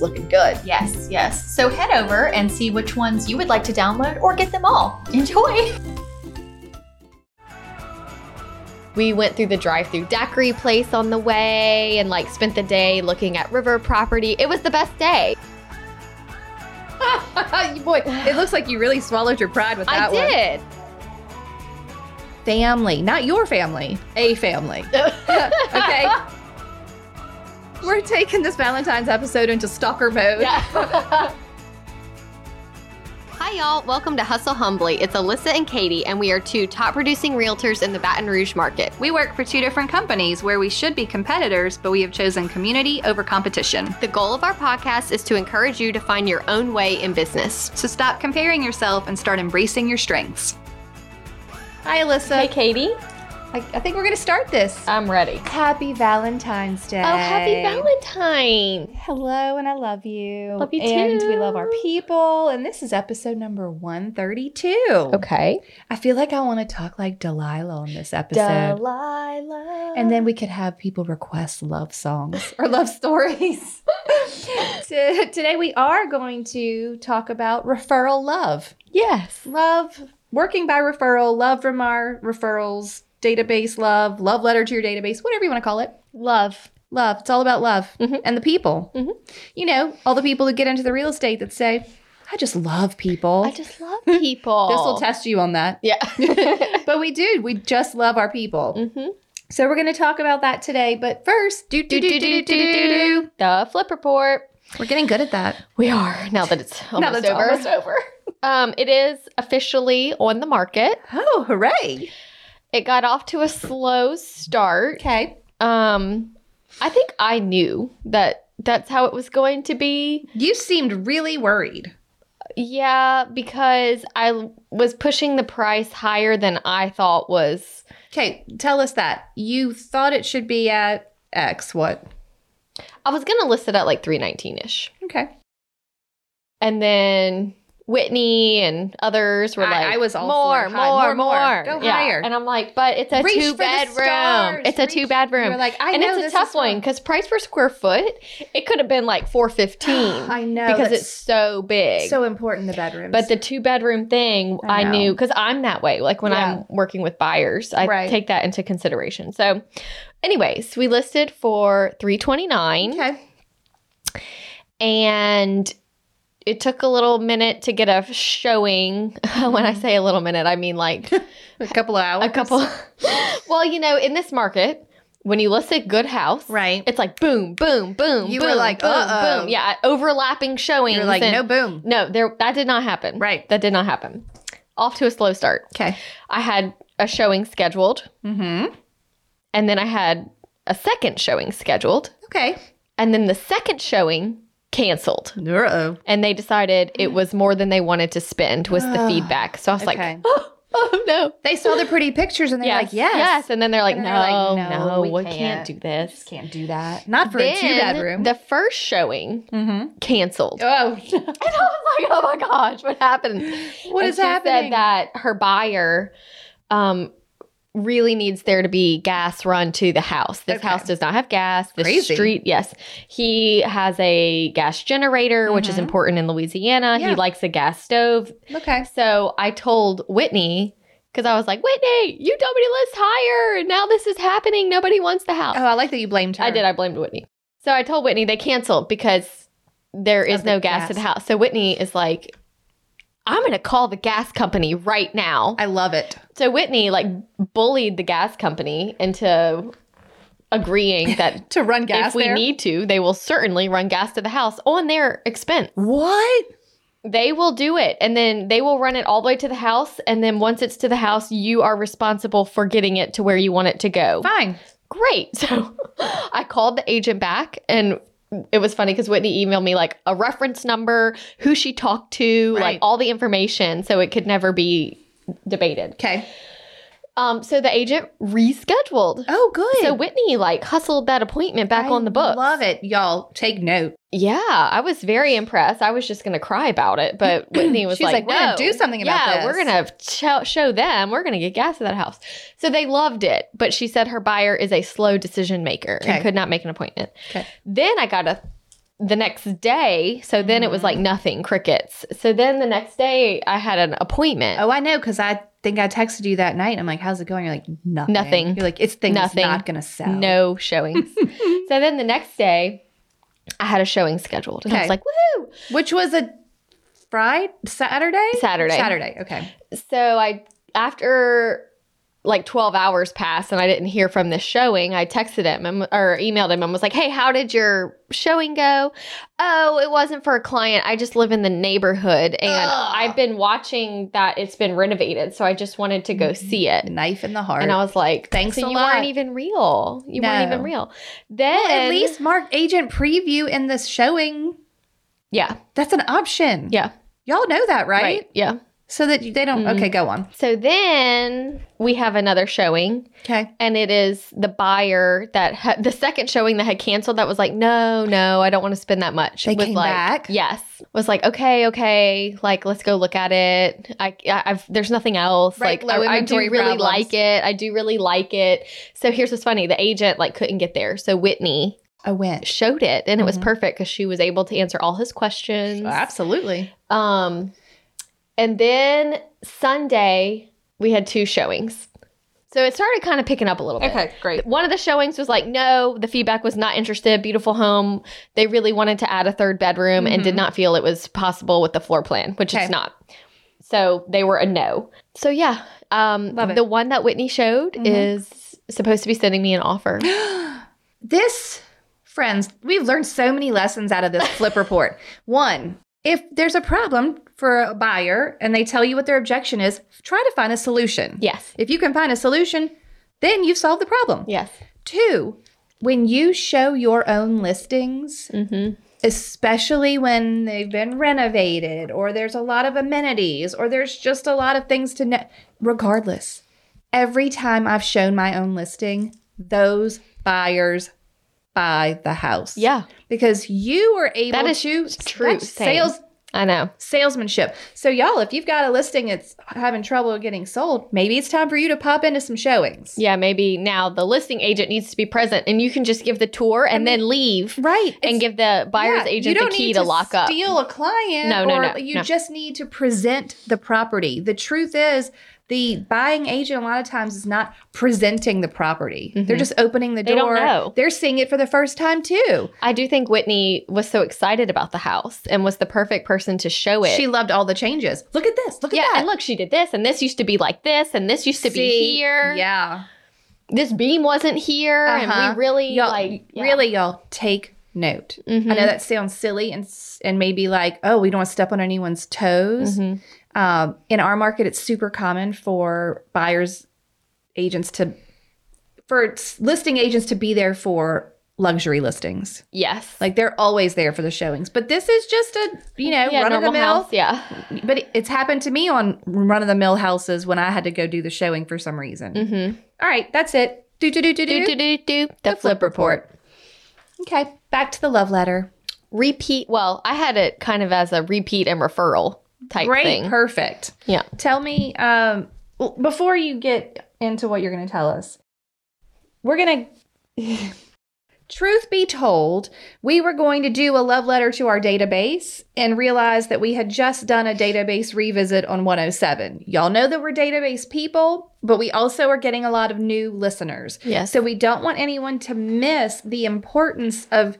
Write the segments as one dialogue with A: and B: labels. A: looking good.
B: Yes, yes. So head over and see which ones you would like to download or get them all. Enjoy!
C: We went through the drive through daiquiri place on the way and like spent the day looking at river property. It was the best day.
D: Boy, it looks like you really swallowed your pride with that
C: I did.
D: Family, not your family, a family. okay. We're taking this Valentine's episode into stalker mode.
C: Yeah. Hi, y'all. Welcome to Hustle Humbly. It's Alyssa and Katie, and we are two top producing realtors in the Baton Rouge market.
E: We work for two different companies where we should be competitors, but we have chosen community over competition.
C: The goal of our podcast is to encourage you to find your own way in business.
E: So stop comparing yourself and start embracing your strengths.
D: Hi, Alyssa. Hey, Katie. I, I think we're going to start this.
B: I'm ready.
D: happy Valentine's Day.
C: Oh, happy Valentine!
D: Hello, and I love you.
C: Love you
D: And we
C: too.
D: love our people. And this is episode number 132.
C: Okay.
D: I feel like I want to talk like Delilah on this episode.
C: Delilah.
D: And then we could have people request love songs or love stories. so today we are going to talk about referral love.
C: yes.
D: Love, working by referral, love from our referrals, database love, love letter to your database, whatever you want to call it. Love. Mm-hmm. Love. It's all about love
C: Mhm.
D: and the people.
C: Mhm.
D: You know, all the people who get into the real estate that say, I just love people.
C: I just love people.
D: this will test you on that.
C: Yeah.
D: But we do. We just love our people.
C: mm-hmm.
D: So we're going to talk about that today. But first, do do do do do do do. do.
C: The flip report.
D: We're getting good at that.
C: We are now that it's almost
D: that it's
C: over.
D: almost
C: over. Um, it is officially on the market.
D: Oh, hooray!
C: It got off to a slow start.
D: Okay.
C: Um, I think I knew that that's how it was going to be.
D: You seemed really worried.
C: Yeah, because I l- was pushing the price higher than I thought was.
D: Okay, tell us that. You thought it should be at X. What?
C: I was gonna list it at like three nineteen ish,
D: Okay.
C: and then Whitney and others were
D: I-
C: like,
D: I was all
C: more,
D: for it.
C: more,
D: Hi,
C: more,
D: more, more. Go
C: Yeah.
D: higher.
C: And I'm like, but it's a
D: Reach for
C: two
D: the
C: bedroom.
D: stars.
C: It's a
D: Reach-
C: two bedroom.
D: You're like, I
C: and
D: know
C: it's
D: this
C: a tough
D: is wrong.
C: one because price per square foot, it could have been like four fifteen
D: I know
C: because
D: that's
C: it's so big.
D: so important. The bedrooms,
C: but the two bedroom thing,
D: I
C: I,
D: know.
C: knew because I'm that way. Like when
D: Yeah.
C: I'm working with buyers, I
D: Right.
C: take that into consideration. So, anyways, we listed for three twenty nine,
D: okay.
C: and it took a little minute to get a showing. when I say a little minute, I mean like
D: A couple of hours.
C: a couple. well, you know, in this market, when you list a good house,
D: Right.
C: It's like boom, boom, boom.
D: You
C: boom,
D: were like,
C: boom,
D: uh-oh.
C: boom. Yeah, overlapping showings.
D: You're like,
C: and-
D: no, boom.
C: no, there that did not happen.
D: Right.
C: that did not happen. Off to a slow start.
D: Okay.
C: I had a showing scheduled,
D: Mm-hmm.
C: and then I had a second showing scheduled,
D: Okay.
C: and then the second showing canceled.
D: Uh oh.
C: And they decided it was more than they wanted to spend. Was the
D: Ugh.
C: feedback? So I was like,
D: Okay.
C: oh, no.
D: They saw the pretty pictures and they're like, yes,
C: yes. And then they're like,
D: And
C: no,
D: then they're like,
C: no,
D: no,
C: we,
D: we
C: can't.
D: can't.
C: do this.
D: can't do that. Not for
C: then
D: a two bedroom.
C: the first showing
D: mm-hmm.
C: canceled.
D: Oh,
C: And I was like, oh my gosh, what happened?
D: What
C: And
D: is
C: she
D: happening?
C: Said that her buyer um, really needs there to be gas run to the house. This
D: Okay.
C: house does not have gas. This
D: Crazy.
C: street, yes, he has a gas generator, which is
D: Mhm.
C: important in Louisiana. He
D: Yeah.
C: likes a gas stove.
D: okay.
C: So I told Whitney because I was like, Whitney, you told me to list higher, and now this is happening. Nobody wants the house.
D: Oh, I like that you blamed her.
C: I did. I blamed Whitney. So I told Whitney they canceled because there is
D: Of the
C: no gas, at the
D: gas.
C: house. So Whitney is like, I'm going to call the gas company right now.
D: I love it.
C: So Whitney like bullied the gas company into agreeing that
D: To run gas
C: if we
D: there.
C: need to, they will certainly run gas to the house on their expense.
D: what?
C: They will do it and then they will run it all the way to the house. And then once it's to the house, you are responsible for getting it to where you want it to go
D: Fine.
C: great. So I called the agent back and it was funny because Whitney emailed me like a reference number, who she talked to,
E: Right.
C: like all the information, so it could never be debated.
E: Okay.
C: Um, so the agent rescheduled.
D: Oh, good.
C: So Whitney like hustled that appointment back
D: I
C: on the book.
D: Love it, y'all. Take note.
C: Yeah, I was very impressed. I was just gonna cry about it, but Whitney was
D: She's like,
C: like,
D: "We're gonna
C: "No,
D: do something about
C: yeah,
D: this."
C: we're gonna cho- show them. We're gonna get gas at that house." So they loved it, but she said her buyer is a slow decision maker
D: Okay.
C: and could not make an appointment.
D: Okay.
C: Then I got a the next day. So then it was
D: Mm.
C: like nothing, crickets. So then the next day I had an appointment.
D: Oh, I know because I think I texted you that night. I'm like, "How's it going?" You're like, "Nothing."
C: Nothing.
D: You're like, "It's things
C: Nothing.
D: not gonna sell."
C: No showings. so then the next day, I had a showing scheduled, and I
D: Okay.
C: was like, "Woohoo!"
D: Which was a Friday, Saturday,
C: Saturday.
D: Saturday. Okay.
C: So I, after like 12 hours passed and I didn't hear from this showing, I texted him and, or emailed him and was like, "Hey, how did your showing go?" "Oh, it wasn't for a client. I just live in the neighborhood and I've been watching that it's been renovated, so I just wanted to go see it."
D: Knife in the heart.
C: And I was like,
D: Mm-hmm. Thanks
C: so
D: a
C: you
D: lot."
C: weren't even real. You weren't
D: No.
C: even real." Then
D: well, at least mark agent preview in this showing.
C: yeah,
D: That's an option.
C: yeah,
D: Y'all know that, right?
C: right, Mm-hmm. yeah.
D: So that you- they don't. Okay, go on.
C: So then we have another showing,
D: Okay.
C: and it is the buyer that ha- the second showing that had canceled that was like, no, no, I don't want to spend that much.
D: They
C: was
D: came
C: like,
D: back?
C: Yes, was like, okay, okay, like let's go look at it. I, I I've there's nothing else.
D: Right,
C: like
D: low
C: I, I do
D: inventory
C: really
D: problems.
C: like it. I do really like it. So here's what's funny: the agent like couldn't get there, so Whitney
D: I went.
C: showed it, and it was
D: Mhm.
C: perfect because she was able to answer all his questions.
D: Absolutely.
C: Um, and then Sunday we had two showings, so it started kind of picking up a little bit.
E: Okay, great.
C: One of the showings was like, no, the feedback was not interested. Beautiful home. They really wanted to add a third bedroom and did not feel it was possible with the floor plan, which
D: Mm-hmm. Okay.
C: it's not. So they were a no. So yeah, um,
D: Love it. Mm-hmm.
C: the one that Whitney showed is supposed to be sending me an offer.
D: This, friends, we've learned so many lessons out of this flip report. One, if there's a problem for a buyer and they tell you what their objection is, try to find a solution.
C: yes.
D: If you can find a solution, then you've solved the problem.
C: Yes.
D: Two, when you show your own listings,
C: Mm-hmm.
D: especially when they've been renovated or there's a lot of amenities or there's just a lot of things to know. Regardless, every time I've shown my own listing, those buyers buy the house.
C: Yeah.
D: Because you were able
C: That is
D: to
C: true,
D: that's
C: same.
D: sales
C: I know.
D: salesmanship. So y'all, if you've got a listing that's having trouble getting sold, maybe it's time for you to pop into some showings.
C: Yeah, maybe now the listing agent needs to be present and you can just give the tour and then leave
D: Right.
C: and give the buyer's
D: Yeah,
C: agent the key to, lock up.
D: Steal a client.
C: No, no,
D: or
C: no,
D: You
C: no.
D: just need to present the property. The truth is, the buying agent a lot of times is not presenting the property. They're just opening the door.
C: Mm-hmm. They don't know.
D: They're seeing it for the first time too.
C: I do think Whitney was so excited about the house and was the perfect person to show it.
D: She loved all the changes. Look at this. Look
C: yeah,
D: at that.
C: and look, she did this, and this used to be like this, and this used to be
D: See?
C: here.
D: Yeah.
C: This beam wasn't here,
D: Uh-huh.
C: and we really
D: Y'all,
C: like yeah. Mm-hmm.
D: really, y'all take note. I know that sounds silly and s- and maybe like, oh, we don't want to step on anyone's toes.
C: Mhm.
D: Um, in our market, it's super common for buyers, agents to, for s- listing agents to be there for luxury listings.
C: yes,
D: Like they're always there for the showings. But this is just a you know
C: yeah,
D: run of the
C: normal
D: mill. Mm-hmm.
C: house, yeah.
D: But it- it's happened to me on run of the mill houses when I had to go do the showing for some reason.
C: Mm-hmm.
D: All right, that's it. Do do do do do.
C: Do do do do the, flip report.
D: Okay, back to the love letter.
C: Repeat. Well, I had it kind of as a repeat and referral type
D: Great,
C: thing.
D: perfect.
C: Yeah.
D: Tell me, um, well, before you get into what you're going to tell us, we're going to. Truth be told, we were going to do a love letter to our database and realized that we had just done a database revisit on 107. Y'all know that we're database people, but we also are getting a lot of new listeners.
C: Yes.
D: So we don't want anyone to miss the importance of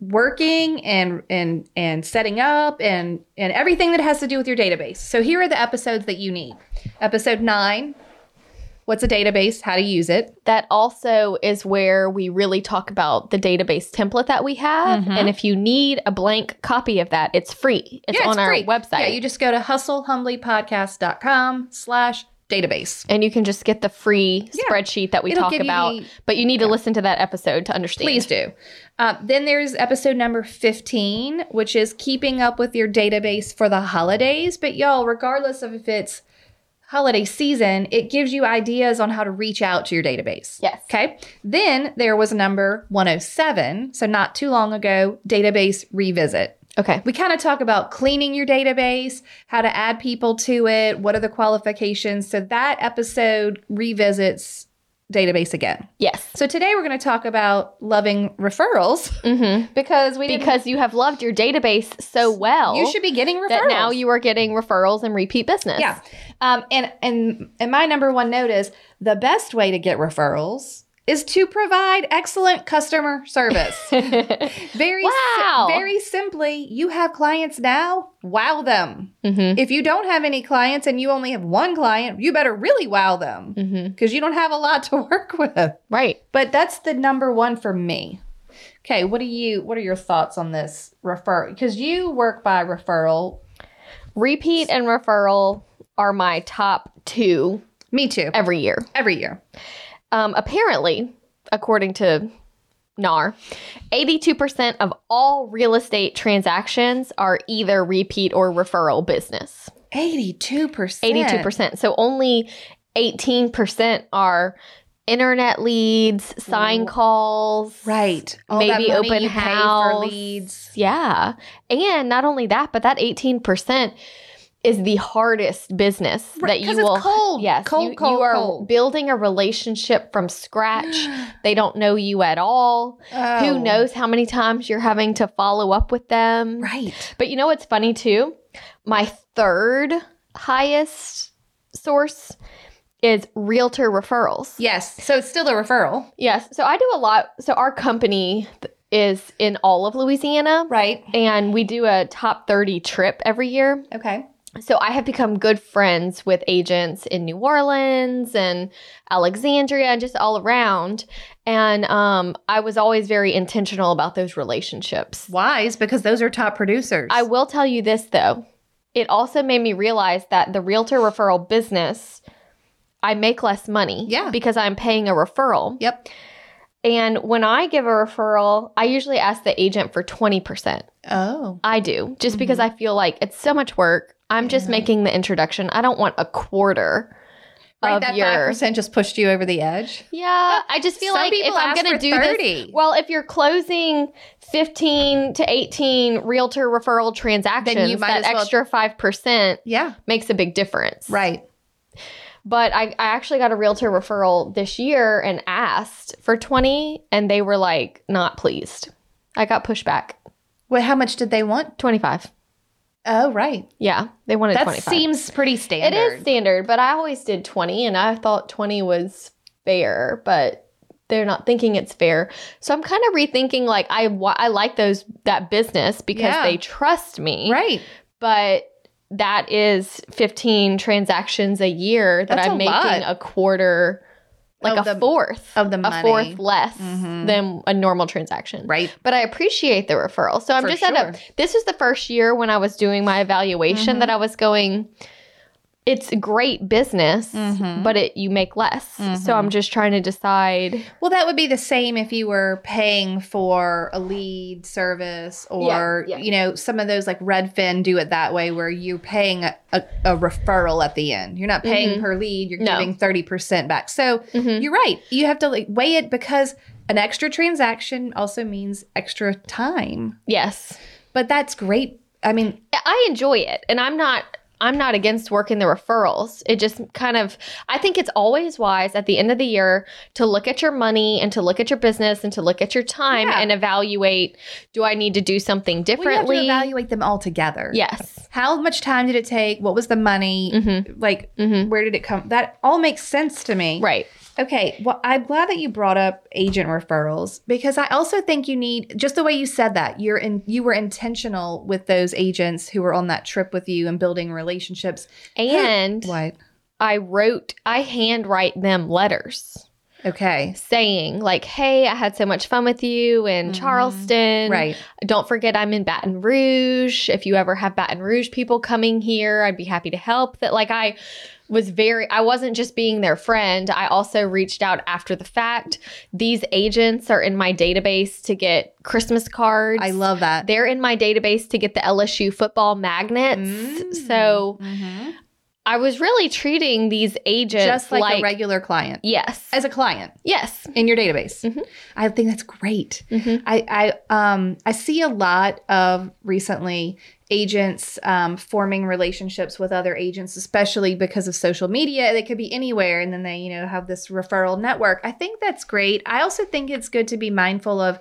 D: working and and and setting up and and everything that has to do with your database. So here are the episodes that you need. Episode 9, what's a database, how to use it.
C: that also is where we really talk about the database template that we have.
D: Mm-hmm.
C: And if you need a blank copy of that, it's free. It's
D: Yeah,
C: on our
D: free.
C: website.
D: Yeah, you just go to hustlehumblypodcast.com slash database.
C: And you can just get the free
D: Yeah.
C: spreadsheet that we
D: It'll
C: talk
D: give you
C: about.
D: the-
C: but you need to listen to that episode to understand.
D: Please do. Uh, then there's episode number 15, which is keeping up with your database for the holidays. But y'all, regardless of if it's holiday season, it gives you ideas on how to reach out to your database.
C: Yes.
D: Okay. Then there was number 107. So not too long ago, database revisit.
C: Okay.
D: We kind of talk about cleaning your database, how to add people to it, what are the qualifications. So that episode revisits database again.
C: Yes.
D: So today we're going to talk about loving referrals
C: hmm
D: because we didn't-
C: Because you have loved your database so well.
D: you should be getting referrals.
C: that now you are getting referrals and repeat business.
D: yeah. Um, and and and my number one note is the best way to get referrals is to provide excellent customer service. Very si-
C: Wow.
D: very simply, you have clients now, wow them.
C: mm-hmm.
D: If you don't have any clients and you only have one client, you better really wow them
C: hmm
D: because you don't have a lot to work with.
C: Right.
D: But that's the number one for me. Okay, what do you what are your thoughts on this refer because you work by referral.
C: Repeat and referral are my top two
D: Me too.
C: every year.
D: Every year.
C: Um, apparently, according to NAR, 82% of all real estate transactions are either repeat or referral business.
D: 82%.
C: 82%. So only 18% are internet leads, sign calls.
D: Right.
C: Maybe open house.
D: leads.
C: Yeah. And not only that, but that 18% is the hardest business that you
D: 'cause it's
C: will
D: cold.
C: yes
D: Cold,
C: you,
D: cold,
C: you are
D: cold.
C: building a relationship from scratch they don't know you at all
D: Oh.
C: who knows how many times you're having to follow up with them
D: Right.
C: but you know what's funny too my third highest source is realtor referrals
D: Yes. So it's still a referral.
C: yes so i do a lot so our company th- is in all of louisiana
D: Right.
C: and we do a top 30 trip every year.
D: Okay.
C: So I have become good friends with agents in New Orleans and Alexandria and just all around. And um, I was always very intentional about those relationships.
D: Wise because those are top producers.
C: I will tell you this though, it also made me realize that the realtor referral business, I make less money
D: Yeah.
C: because I'm paying a referral.
D: Yep.
C: And when I give a referral, I usually ask the agent for 20%.
D: Oh.
C: I do, just because
D: Mm-hmm.
C: I feel like it's so much work. I'm just making the introduction. I don't want a quarter
D: Right,
C: of
D: that
C: your.
D: 5% just pushed you over the edge.
C: Yeah, I just feel
D: Some
C: like if
D: people
C: I'm
D: ask
C: going to
D: for
C: do
D: 30.
C: this, well, if you're closing 15 to 18 realtor referral transactions,
D: might
C: that
D: as well-
C: extra five percent
D: Yeah.
C: makes a big difference.
D: Right.
C: But I, I actually got a realtor referral this year and asked for 20, and they were like not pleased. I got pushback.
D: Well, how much did they want?
C: 25.
D: Oh, right.
C: Yeah, they wanted
D: That
C: 25.
D: seems pretty
C: It
D: standard.
C: is standard, but I always did 20 and I thought 20 was fair, but they're not thinking it's fair. So I'm kind of rethinking like I wa- I like those that business because
D: Yeah.
C: they trust me.
D: Right.
C: But that is 15 transactions a year that
D: That's a
C: I'm making
D: lot.
C: a quarter like
D: Of
C: a
D: the-
C: fourth
D: of the
C: a
D: money.
C: fourth less
D: Mhm.
C: than a normal transaction.
D: Right.
C: But I appreciate the referral. So I'm
D: For
C: just at a
D: sure. Mm-hmm.
C: this is the first year when I was doing my evaluation that I was going it's great business,
D: Mhm.
C: but it you make less. So
D: Mm-hmm.
C: I'm just trying to decide
D: Well, that would be the same if you were paying for a lead service or,
C: Yeah, yeah.
D: you know, some of those like Redfin do it that way where you're paying a, a, a referral at the end. You're not paying per lead, you're
C: Mm-hmm. No. Mm-hmm.
D: giving 30% back. So you're right. You have to like weigh it because an extra transaction also means extra time.
C: yes.
D: But that's great. I mean,
C: I enjoy it and I'm not I'm not against working the referrals. It just kind of I think it's always wise at the end of the year to look at your money and to look at your business and to look at your time
D: Yeah.
C: and evaluate do I need to do something
D: we have
C: differently?
D: to evaluate them all together.
C: yes.
D: How much time did it take? What was the money?
C: Mhm.
D: Like,
C: Mhm.
D: where did it come? That all makes sense to me.
C: Right.
D: Okay. Well, I'm glad that you brought up agent referrals because I also think you need just the way you said that you're in you were intentional with those agents who were on that trip with you and building relationships.
C: And
D: What?
C: I wrote, I handwrite them letters.
D: Okay.
C: saying like, "Hey, I had so much fun with you in
D: Mhm.
C: Charleston.
D: Right.
C: Don't forget I'm in Baton Rouge. If you ever have Baton Rouge people coming here, I'd be happy to help." That like I was very I wasn't just being their friend. I also reached out after the fact. These agents are in my database to get Christmas cards.
D: I love that.
C: They're in my database to get the LSU football magnets.
D: Mm.
C: So
D: Mhm.
C: I was really treating these agents
D: just like, a regular client,
C: Yes.
D: as a client
C: yes.
D: in your database.
C: Mhm.
D: I think that's great.
C: Mhm.
D: I I um I see a lot of recently agents um, forming relationships with other agents, especially because of social media. They could be anywhere, and then they you know have this referral network. I think that's great. I also think it's good to be mindful of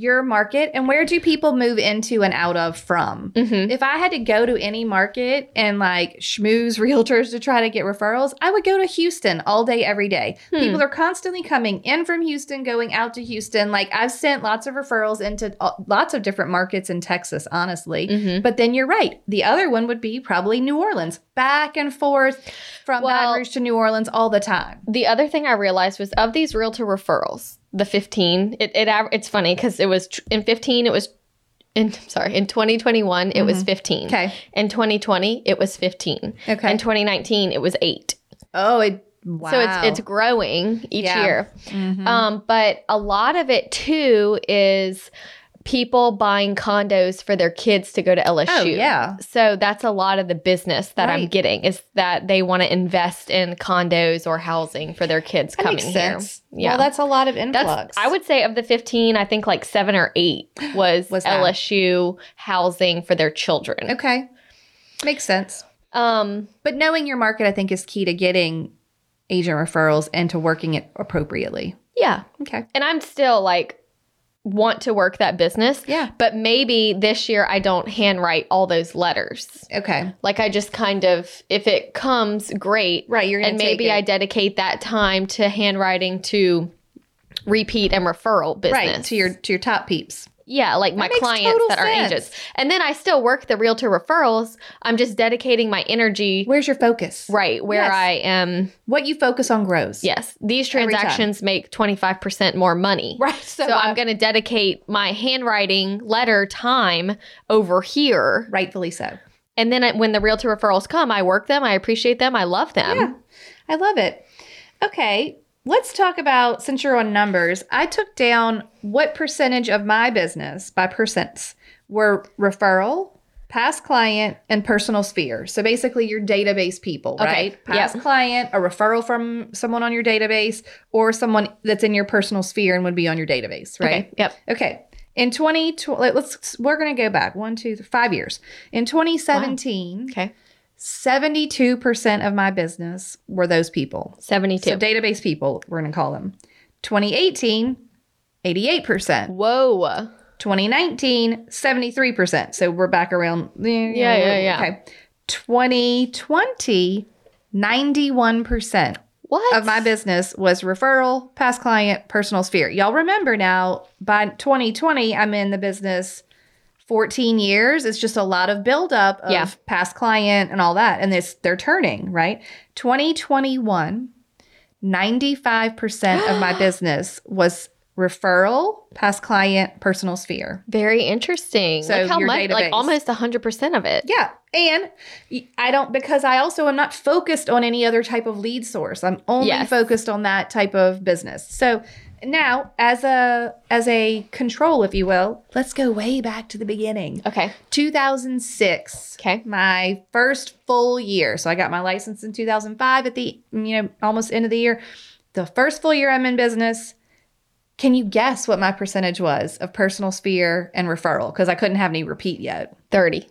D: your market and where do people move into and out of from.
C: Mm-hmm.
D: If I had to go to any market and like schmooze realtors to try to get referrals, I would go to Houston all day, every day.
C: Hmm.
D: People are constantly coming in from Houston, going out to Houston. Like I've sent lots of referrals into uh, lots of different markets in Texas, honestly.
C: Mm-hmm.
D: But then you're right. The other one would be probably New Orleans, back and forth from
C: Well-
D: Baton Rouge to New Orleans all the time.
C: The other thing I realized was of these realtor referrals, the 15, it, it av- it's funny because it was tr- in 15, it was in sorry, in 2021 it was 15.
D: Mm-hmm. Okay.
C: In 2020 it was 15.
D: Okay.
C: In 2019 it was 8.
D: Oh, it wow. Mm-hmm.
C: So it's it's growing each
D: Yeah.
C: year. Um, but a lot of it too is people buying condos for their kids to go to LSU.
D: oh yeah.
C: So that's a lot of the business that I'm
D: Right.
C: getting is that they want to invest in condos or housing for their kids
D: That
C: coming
D: makes
C: here.
D: sense.
C: Yeah.
D: Well, that's a lot of influx.
C: That's I would say of the 15, I think like 7 or 8 was,
D: Was that.
C: LSU housing for their children.
D: Okay. Makes sense.
C: Um
D: But knowing your market, I think, is key to getting agent referrals and to working it appropriately.
C: yeah.
D: Okay.
C: And I'm still like want to work that business,
D: Yeah.
C: but maybe this year I don't handwrite all those letters.
D: Okay.
C: Like I just kind of if it comes great,
D: Right. You're gonna
C: and maybe I dedicate that time to handwriting to repeat and referral business.
D: right to your to your top peeps.
C: yeah, like my
D: makes
C: clients
D: total
C: that are
D: sense.
C: agents, and then I still work the realtor referrals. I'm just dedicating my energy
D: Where's your focus?
C: right where
D: Yes.
C: I am.
D: What you focus on grows.
C: Yes, these
D: Every time.
C: transactions make 25 percent more money.
D: Right. So, uh,
C: So, I'm going to dedicate my handwriting letter time over here,
D: rightfully so.
C: and then I, when the realtor referrals come, I work them. I appreciate them. I love them.
D: Yeah. I love it. Okay. Let's talk about since you're on numbers. I took down what percentage of my business by percents were referral, past client, and personal sphere. So basically, your database people,
C: Okay.
D: right? Past client, a referral from someone on your database, or someone that's in your personal sphere and would be on your database, right?
C: Okay. Yep.
D: Okay. In 2020, let's we're going to go back one, two, three, five years. In 2017,
C: Okay.
D: 72% of my business were those people.
C: 72.
D: So database people, we're going to call them. 2018, 88%.
C: Whoa.
D: 2019, 73%. So we're back around. Yeah,
C: yeah, yeah.
D: Okay. 2020, 91%
C: What?
D: of my business was referral, past client, personal sphere. Y'all remember now, by 2020, I'm in the business 14 years. It's just a lot of buildup of
C: Yeah.
D: past client and all that. And this they're turning, right? 2021, 95% of my business was referral, past client, personal sphere.
C: Very interesting.
D: So
C: So Look how
D: your
C: much,
D: database.
C: like almost 100% of it.
D: Yeah. And I don't, because I also am not focused on any other type of lead source. I'm only
C: Yes.
D: focused on that type of business. So now as a, as a control, if you will, let's go way back to the beginning.
C: Okay.
D: 2006.
C: Okay.
D: My first full year. So I got my license in 2005 at the, you know, almost end of the year. The first full year I'm in business. Can you guess what my percentage was of personal sphere and referral? Because I couldn't have any repeat yet.
C: 30.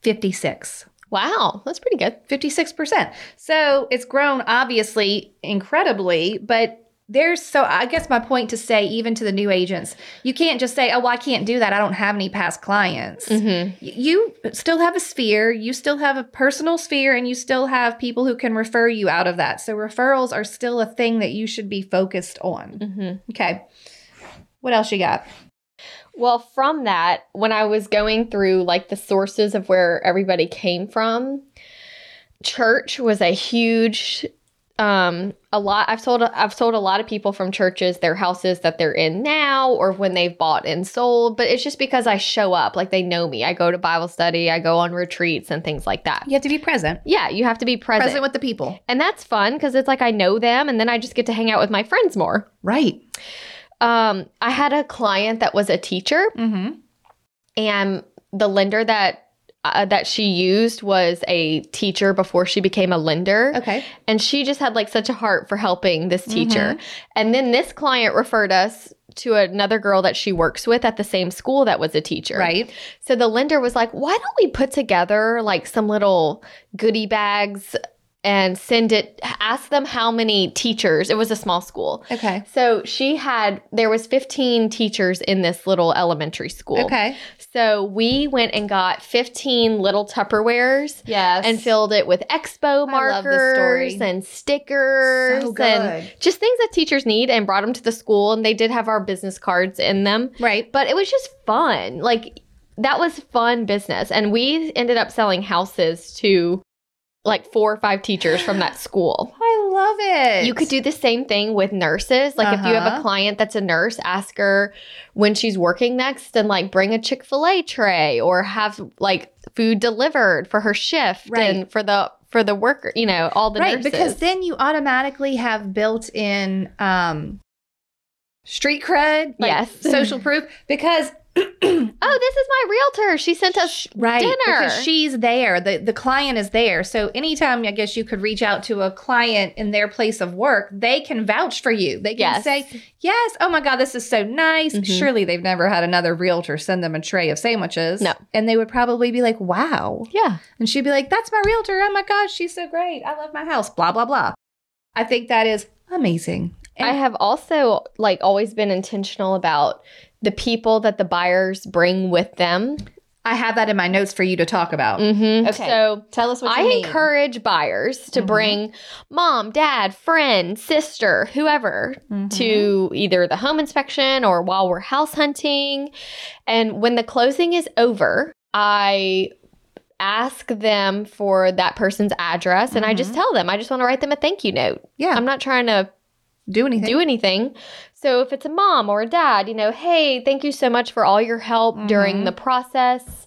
D: 56.
C: Wow. That's pretty good.
D: 56%. So it's grown obviously incredibly, but there's so I guess my point to say, even to the new agents, you can't just say, oh, well, I can't do that. I don't have any past clients.
C: Mm-hmm.
D: Y- You still have a sphere, you still have a personal sphere, and you still have people who can refer you out of that. So referrals are still a thing that you should be focused on.
C: Mm-hmm.
D: Okay. What else you got?
C: Well, from that, when I was going through like the sources of where everybody came from, church was a huge um a lot I've sold I've sold a lot of people from churches their houses that they're in now or when they've bought and sold, but it's just because I show up, like they know me. I go to Bible study, I go on retreats and things like that.
D: You have to be present.
C: Yeah, you have to be present.
D: Present with the people.
C: and that's fun because it's like I know them and then I just get to hang out with my friends more.
D: Right.
C: Um I had a client that was a teacher
D: Mm-hmm.
C: and the lender that uh, that she used was a teacher before she became a lender.
D: Okay.
C: And she just had like such a heart for helping this teacher.
D: Mm-hmm.
C: And then this client referred us to another girl that she works with at the same school that was a teacher.
D: Right.
C: So the lender was like, why don't we put together like some little goodie bags and send it, ask them how many teachers, it was a small school.
D: Okay.
C: So she had, there was 15 teachers in this little elementary school.
D: Okay.
C: So we went and got 15 little Tupperwares
D: Yes.
C: and filled it with expo
D: love this
C: markers
D: story.
C: and stickers
D: So
C: and
D: good.
C: just things that teachers need and brought them to the school and they did have our business cards in them
D: Right.
C: but it was just fun like that was fun business and we ended up selling houses to like four or five teachers from that school
D: I love it.
C: you could do the same thing with nurses. Like if you have
D: Uh-huh.
C: a client that's a nurse, ask her when she's working next and like bring a Chick-fil-A tray or have like food delivered for her shift
D: Right.
C: and for the for the worker, you know, all the
D: right
C: nurses.
D: because then you automatically have built in um street cred
C: Yes.
D: social proof because
C: oh, this is my realtor. She sent us
D: right
C: Dinner.
D: because she's there the the client is there so anytime i guess you could reach out to a client in their place of work they can vouch for you they can
C: Yes.
D: say yes oh my god this is so nice
C: Mhm.
D: surely they've never had another realtor send them a tray of sandwiches
C: No.
D: and they would probably be like wow
C: Yeah.
D: and she'd be like, That's my realtor. Oh my gosh, she's so great. I love my house. Blah, blah, blah. I think that is amazing. And-
C: I have also like always been intentional about the people that the buyers bring with them.
D: I have that in my notes for you to talk about.
C: Mm-hmm.
D: Okay.
C: So
D: Tell us
C: I encourage buyers to
D: Mhm.
C: bring mom, dad, friend, sister, whoever to either the home inspection or while we're house hunting. And when the closing is over, I ask them for that person's address and I just tell them I just want to write them a thank you note.
D: Yeah.
C: I'm not trying to
D: do anything.
C: do anything. So if it's a mom or a dad, you know, hey, thank you so much for all your help during
D: Mhm.
C: the process.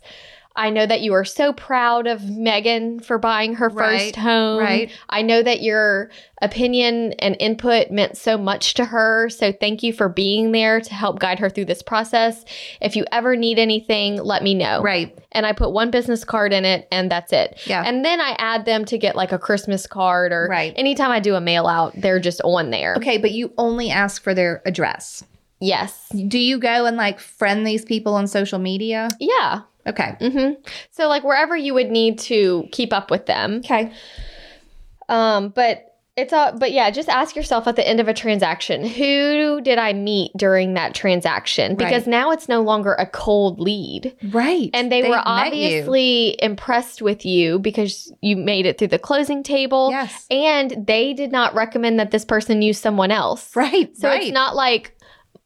C: I know that you are so proud of Megan for buying her
D: Right,
C: first home.
D: right.
C: I know that your opinion and input meant so much to her. So thank you for being there to help guide her through this process. If you ever need anything, let me know.
D: right.
C: And I put one business card in it and that's it.
D: Yeah.
C: And then I add them to get like a Christmas card or
D: Right.
C: anytime I do a mail out, they're just on there.
D: okay, but you only ask for their address.
C: Yes.
D: Do you go and like friend these people on social media?
C: Yeah.
D: Okay.
C: hmm So like wherever you would need to keep up with them.
D: Okay.
C: Um, but it's all. But yeah, just ask yourself at the end of a transaction, who did I meet during that transaction? Because
D: Right.
C: now it's no longer a cold lead,
D: Right.
C: and they
D: They've
C: were
D: met you.
C: obviously impressed with you because you made it through the closing table.
D: Yes.
C: And they did not recommend that this person use someone else.
D: Right.
C: So
D: right.
C: it's not like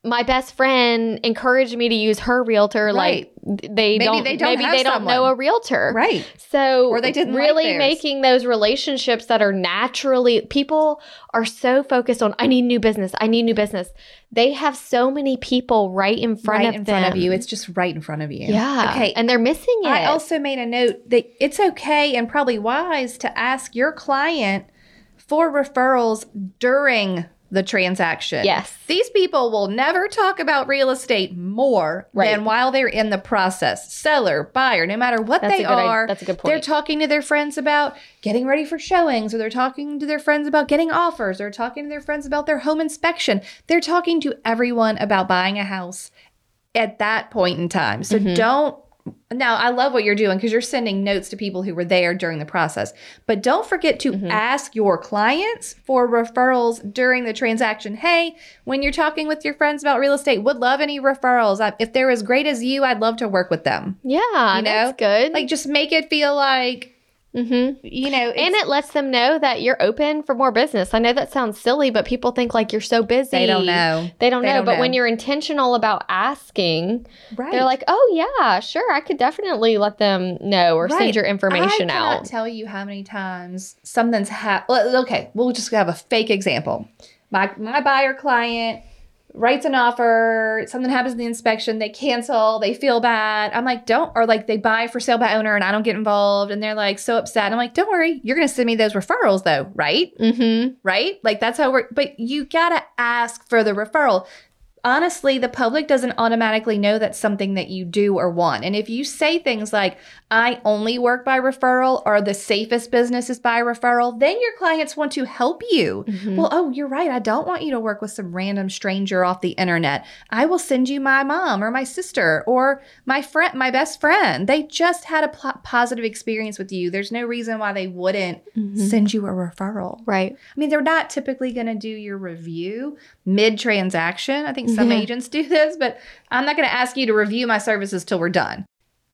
C: my best friend encouraged me to use her realtor. Like th- they
D: Maybe
C: don't.
D: they don't
C: maybe
D: have
C: they don't know
D: someone.
C: a realtor.
D: right.
C: So
D: Or they didn't like
C: really
D: theirs.
C: making those relationships that are naturally people are so focused on. I need new business. I need new business. They have so many people right in front
D: right
C: of
D: in
C: them.
D: front of you. It's just right in front of you.
C: yeah.
D: Okay.
C: And they're missing it.
D: I also made a note that it's okay and probably wise to ask your client for referrals during the transaction.
C: Yes.
D: These people will never talk about real estate more
C: Right.
D: than while they're in the process. Seller, buyer, no matter what
C: That's
D: they
C: a good i-
D: are,
C: that's a good
D: they're
C: point.
D: talking to their friends about getting ready for showings, or they're talking to their friends about getting offers, or talking to their friends about their home inspection. They're talking to everyone about buying a house at that point in time. So
C: Mm-hmm.
D: don't. Now, I love what you're doing because you're sending notes to people who were there during the process. But don't forget to
C: Mm-hmm.
D: ask your clients for referrals during the transaction. Hey, when you're talking with your friends about real estate, would love any referrals. I, if they're as great as you, I'd love to work with them.
C: yeah.
D: you know,
C: that's good.
D: Like, just make it feel like
C: Mm-hmm.
D: You know,
C: and it lets them know that you're open for more business. I know that sounds silly, but people think like you're so busy.
D: they don't know.
C: They don't
D: They
C: know.
D: don't
C: but
D: know.
C: when you're intentional about asking,
D: Right.
C: they're like, "Oh yeah, sure, I could definitely let them know or
D: Right.
C: send your information
D: I cannot
C: out."
D: tell you how many times something's happened. Okay, we'll just have a fake example. My my buyer client writes an offer. Something happens in the inspection. They cancel. They feel bad. I'm like, don't or like they buy for sale by owner, and I don't get involved. And they're like so upset. I'm like, don't worry, you're gonna send me those referrals though, right?
C: mm-hmm.
D: Right? Like that's how we're. But you gotta ask for the referral. Honestly, the public doesn't automatically know that's something that you do or want. And if you say things like, I only work by referral or the safest business is by referral, then your clients want to help you. Well, oh, you're right. I don't want you to work with some random stranger off the internet. I will send you my mom or my sister or my friend, my best friend. They just had a pl- positive experience with you. There's no reason why they wouldn't send you a referral.
C: Right.
D: I mean, they're not typically going to do your review mid transaction. I think some
C: Yeah.
D: agents do this, but I'm not going to ask you to review my services till we're done.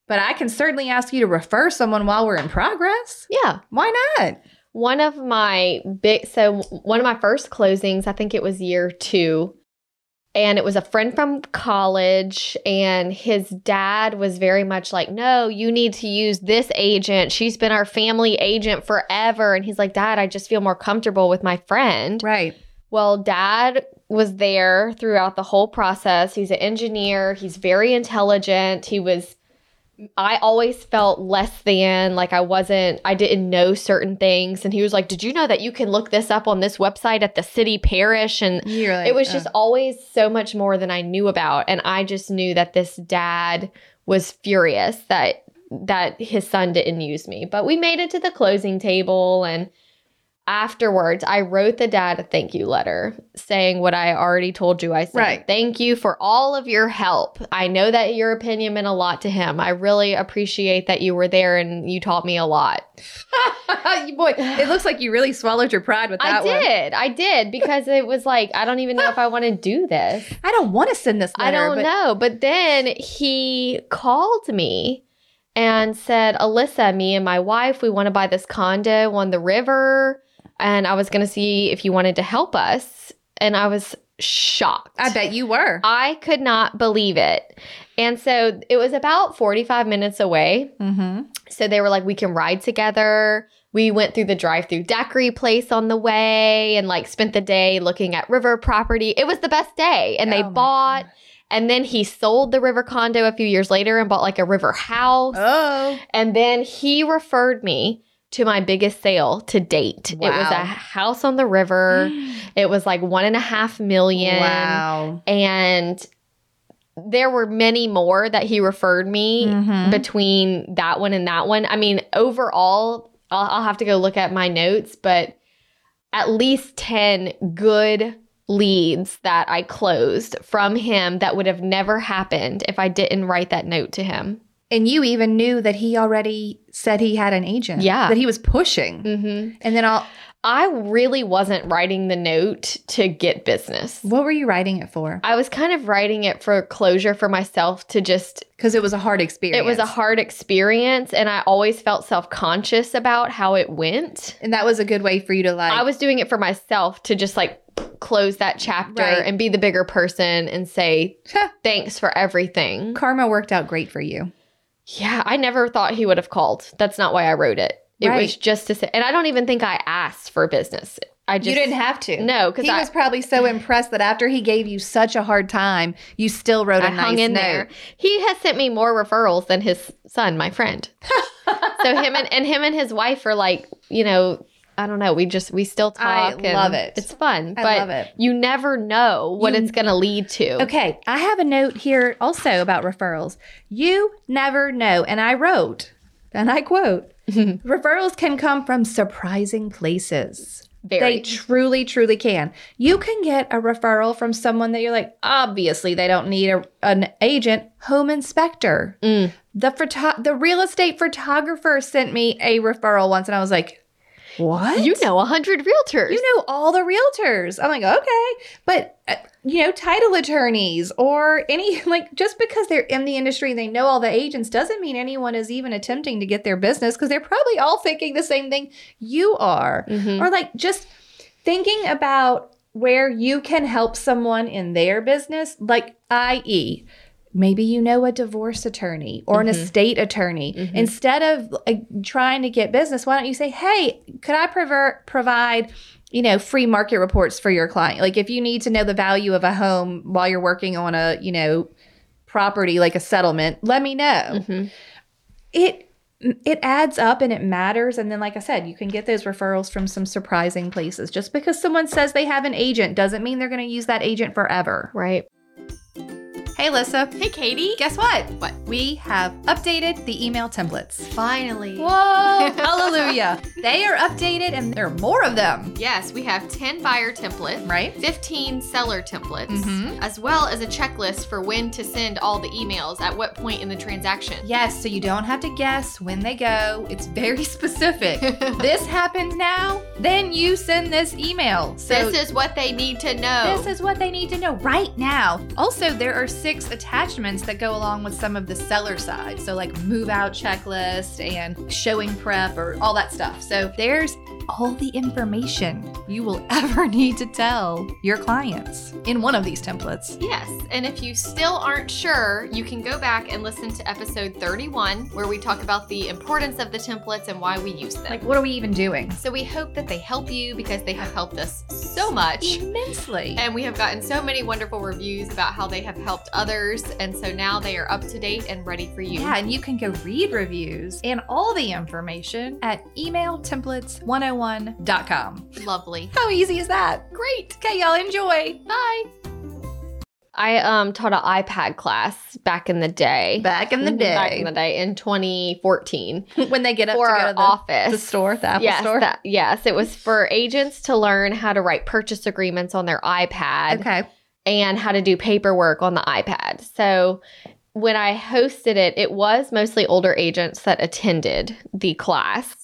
D: But I can certainly ask you to refer someone while we're in progress.
C: Yeah.
D: Why not?
C: One of my big, so one of my first closings, I think it was year two, and it was a friend from college, and his dad was very much like, No, you need to use this agent. She's been our family agent forever. And he's like, Dad, I just feel more comfortable with my friend.
D: Right.
C: Well, dad was there throughout the whole process. He's an engineer, he's very intelligent. He was, I always felt less than, like I wasn't, I didn't know certain things. And he was like, Did you know that you can look this up on this website at the city parish? And
D: You're like,
C: it was just always so much more than I knew about. And I just knew that this dad was furious that that his son didn't use me. But we made it to the closing table and afterwards I wrote the dad a thank you letter saying what I already told you. I said,
D: Right.
C: thank you for all of your help. I know that your opinion meant a lot to him. I really appreciate that you were there and you taught me a lot.
D: uh, boy, it looks like you really swallowed your pride with that
C: I
D: one.
C: did. I did because it was like, I don't even know if I want to do this.
D: I don't want to send this letter.
C: I don't
D: but
C: know. But then he called me and said, Alyssa, me and my wife, we want to buy this condo on the river. And I was going to see if you wanted to help us. And I was shocked.
D: I bet you were.
C: I could not believe it. And so it was about 45 minutes away.
D: Mm-hmm.
C: So they were like, we can ride together. We went through the drive through daiquiri place on the way and like spent the day looking at river property. It was the best day. And they
D: Oh my
C: bought, and then he sold the river condo a few years later and bought like a river house.
D: Oh,
C: And then he referred me to my biggest sale to date. It was
D: Wow.
C: a house on the river. it was like one and a half million
D: wow.
C: and there were many more that he referred me
D: Mhm.
C: between that one and that one. I mean, overall, I'll, I'll have to go look at my notes, but at least 10 good leads that I closed from him that would have never happened if I didn't write that note to him.
D: And you even knew that he already said he had an agent.
C: Yeah.
D: That he was pushing.
C: hmm
D: And then all,
C: I really wasn't writing the note to get business.
D: what were you writing it for?
C: I was kind of writing it for closure for myself to just
D: Because it was a hard experience.
C: It was a hard experience, and I always felt self conscious about how it went.
D: and that was a good way for you to like.
C: I was doing it for myself to just like close that chapter
D: Right.
C: and be the bigger person and say thanks for everything.
D: karma worked out great for you.
C: Yeah, I never thought he would have called. That's not why I wrote it. It was
D: Right.
C: just to say, and I don't even think I asked for business. I just
D: you didn't have to.
C: no because
D: He
C: I
D: was probably so impressed that after he gave you such a hard time, you still wrote a
C: I
D: nice
C: hung in
D: note.
C: there. He has sent me more referrals than his son, my friend. so him and, and him and his wife are like, you know, I don't know. We just we still talk.
D: I
C: and
D: love it.
C: It's fun,
D: I
C: but
D: love it.
C: you never know what
D: You-
C: it's going to lead to.
D: Okay, I have a note here also about referrals. You never know. And I wrote, and I quote, referrals can come from surprising places. They
C: Very.
D: truly, truly can. You can get a referral from someone that you're like, obviously they don't need a, an agent, home inspector.
C: Mm.
D: The photo- the real estate photographer sent me a referral once, and I was like, what?
C: you know, a hundred realtors.
D: You know all the realtors. I'm like, okay, but uh, you know, title attorneys or any like just because they're in the industry and they know all the agents doesn't mean anyone is even attempting to get their business because they're probably all thinking the same thing you are.
C: Mhm.
D: Or like just thinking about where you can help someone in their business, like e, i.e., maybe you know a divorce attorney or an
C: Mhm.
D: estate attorney.
C: Mhm.
D: Instead of like, trying to get business, why don't you say, "Hey, could I prover- provide you know free market reports for your client? Like if you need to know the value of a home while you're working on a you know property like a settlement, let me know."
C: Mhm.
D: It it adds up and it matters and then like i said you can get those referrals from some surprising places just because someone says they have an agent doesn't mean they're going to use that agent forever
C: Right.
E: Hey, Alyssa.
B: Hey, Katie.
E: Guess what?
B: What?
E: We have updated the email templates.
B: Finally.
E: Whoa! hallelujah. They are updated and there are more of them,
B: Yes, we have 10 buyer templates.
E: right?
B: 15 seller templates,
C: Mm-hmm.
E: Mhm.
B: as well as a checklist for when to send all the emails at what point in the transaction.
E: Yes, so you don't have to guess when they go. It's very specific. this happens now, then you send this email. So
B: this is what they need to know.
D: Oh.
E: This is what they need to know right now. Also, there are six attachments that go along with some of the seller side. So, like move out checklist and showing prep or all that stuff. So, there's all the information you will ever need to tell your clients in one of these templates.
B: Yes, and if you still aren't sure, you can go back and listen to episode 31, where we talk about the importance of the templates and why we use them.
E: Like, what are we even doing?
B: so we hope that they help you because they have helped us so much.
E: Immensely.
B: And we have gotten so many wonderful reviews about how they have helped others. And so now they are up to date and ready for you.
E: Yeah, and you can go read reviews and all the information at emailtemplates101.com.
B: Lovely.
E: How easy is that?
B: Great.
E: Okay, y'all enjoy.
B: Bye.
C: I um taught an iPad class back in the day.
D: back in the day
C: Back in the day in 2014
D: when they get up
C: for
D: to go
C: our
D: to the,
C: office.
D: the store, the Apple
C: yes,
D: store.
C: that- yes, it was for agents to learn how to write purchase agreements on their iPad.
D: okay.
C: and how to do paperwork on the iPad. So when I hosted it, it was mostly older agents that attended the class.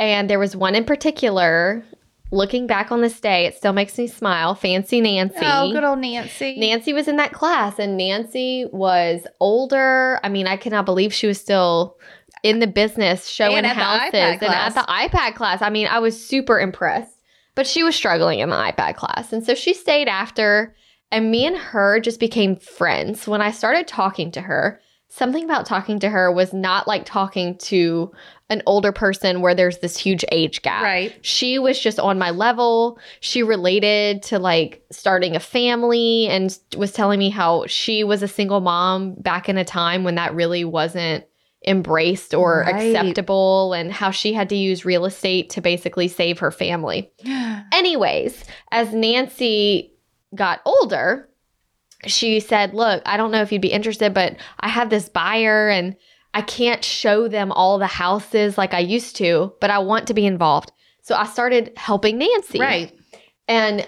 C: And there was one in particular, looking back on this day, it still makes me smile Fancy Nancy.
D: Oh, good old Nancy.
C: Nancy was in that class, and Nancy was older. I mean, I cannot believe she was still in the business, showing
D: And at the
C: houses,
D: iPad
C: and at
D: class.
C: the iPad class. I mean, I was super impressed, but she was struggling in the iPad class, and so she stayed after. And me and her just became friends. When I started talking to her, something about talking to her was not like talking to an older person where there's this huge age gap
D: Right.
C: she was just on my level. She related to like starting a family and was telling me how she was a single mom back in a time when that really wasn't embraced or
D: Right.
C: acceptable and how she had to use real estate to basically save her family. Anyways, as Nancy got older, she said, Look, I don't know if you'd be interested, but I have this buyer and I can't show them all the houses like I used to, but I want to be involved. So I started helping Nancy.
D: Right.
C: And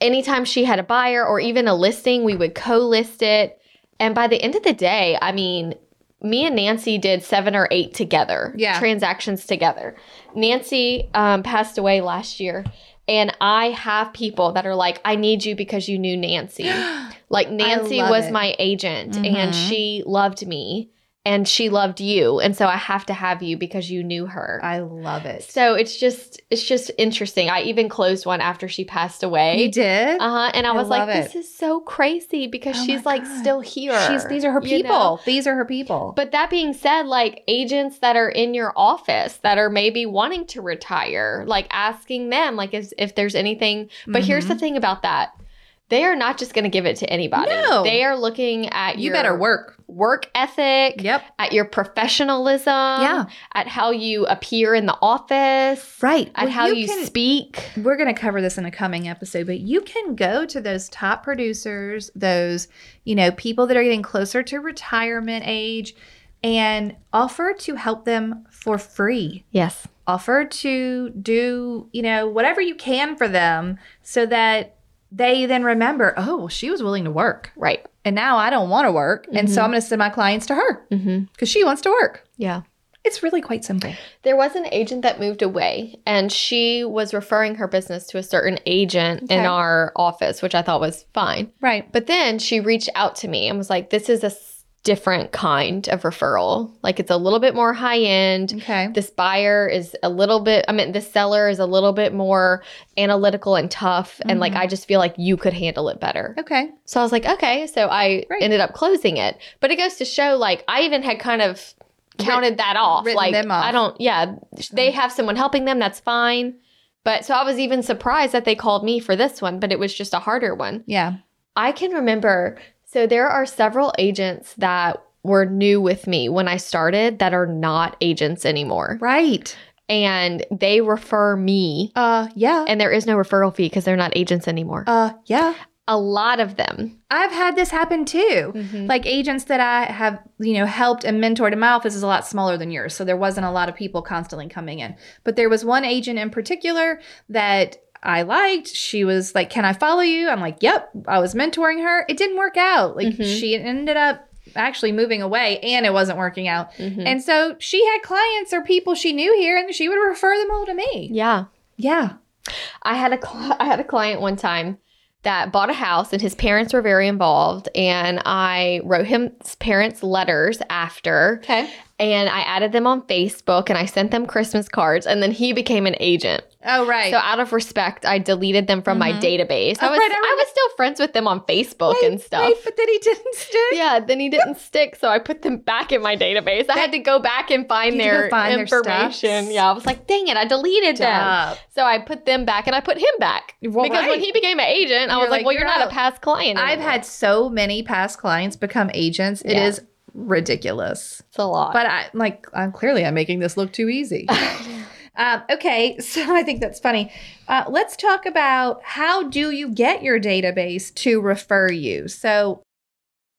C: anytime she had a buyer or even a listing, we would co list it. And by the end of the day, I mean, me and Nancy did seven or eight together,
D: Yeah.
C: transactions together. Nancy um, passed away last year. And I have people that are like, I need you because you knew Nancy. like, Nancy
D: love
C: was
D: it. Mm-hmm.
C: my agent
E: Mhm.
C: and she loved me and she loved you. And so I have to have you because you knew her.
D: I love it.
C: So it's just it's just interesting. I even closed one after she passed away.
D: You did?
C: Uh huh. And I
D: I
C: was like,
D: love it.
C: this is so crazy because
D: Oh
C: she's
D: my
C: like
D: God.
C: still here.
D: She's, these are her
C: you
D: people.
C: know?
D: These are her people.
C: But that being said, like agents that are in your office that are maybe wanting to retire, like asking them, like if, if there's anything. But here's
D: Mm-hmm.
C: the thing about that. They are not just going to give it to anybody.
D: No.
C: They are looking at
E: You
C: your
E: better work.
C: work ethic,
E: Yep.
C: at your professionalism,
E: Yeah.
C: at how you appear in the office,
D: right.
C: at
D: Well,
C: how you,
D: can-
C: speak.
D: we're going to cover this in a coming episode, but you can go to those top producers, those, you know, people that are getting closer to retirement age and offer to help them for free.
C: Yes.
D: Offer to do, you know, whatever you can for them so that they then remember, oh, well, she was willing to work.
C: Right.
D: And now I don't want to work. And so
C: Mhm.
D: I'm going to send my clients to her
C: Mm-hmm.
D: because she wants to work.
C: Yeah.
D: It's really quite simple.
C: There was an agent that moved away, and she was referring her business to a certain agent in
D: Okay.
C: our office, which I thought was fine.
D: Right.
C: But then she reached out to me and was like, This is a s- different kind of referral. Like, it's a little bit more high end.
D: Okay.
C: This buyer is a little bit, I mean, the seller is a little bit more analytical and tough. And like, I just feel like you could handle it better.
D: Okay.
C: So I was like, okay. So I
D: Great.
C: ended up closing it. But it goes to show, like, I even had kind of counted that off.
D: written
C: Like,
D: them off. Mm-hmm.
C: I don't, yeah, they have someone helping them. That's fine. But so I was even surprised that they called me for this one, but it was just a harder one.
D: Yeah.
C: I can remember. So there are several agents that were new with me when I started that are not agents anymore.
D: Right.
C: And they refer me,
D: Uh yeah.
C: and there is no referral fee because they're not agents anymore.
D: Uh yeah.
C: a lot of them.
D: I've had this happen too. Like agents that I have, you know, helped and mentored in my office is a lot smaller than yours. So there wasn't a lot of people constantly coming in. But there was one agent in particular that I liked. She was like, Can I follow you? I'm like, Yep. I was mentoring her. It didn't work out. Like
C: Mhm.
D: she ended up actually moving away and it wasn't working out.
C: Mhm.
D: And so she had clients or people she knew here and she would refer them all to me.
C: yeah.
D: Yeah.
C: I had a cl- I had a client one time that bought a house and his parents were very involved and I wrote him his parents letters after
D: Okay.
C: and I added them on Facebook and I sent them Christmas cards and then he became an agent.
D: Oh, right.
C: So out of respect, I deleted them from my database. I
D: Oh,
C: was
D: right, I
C: I,
D: remember-
C: was still friends with them on Facebook and stuff.
D: Right, but then he didn't stick.
C: Yeah, then he didn't stick, so I put them back in my database. I had to go back and find
D: You had to
C: their
D: go find their stuff?
C: information. yeah, I was like, dang it, I deleted
D: Stop.
C: them. So I put them back and I put him back.
D: Well,
C: because
D: right.
C: when he became an agent, I
D: You're
C: was like,
D: like,
C: well, you're,
D: you're
C: not
D: out.
C: a past client.
D: I've
C: anymore.
D: had so many past clients become agents. It is
C: Yeah.
D: ridiculous.
C: it's a lot.
D: But I like I'm clearly I'm making this look too easy. um, okay, so I think that's funny. Uh, let's talk about how do you get your database to refer you. So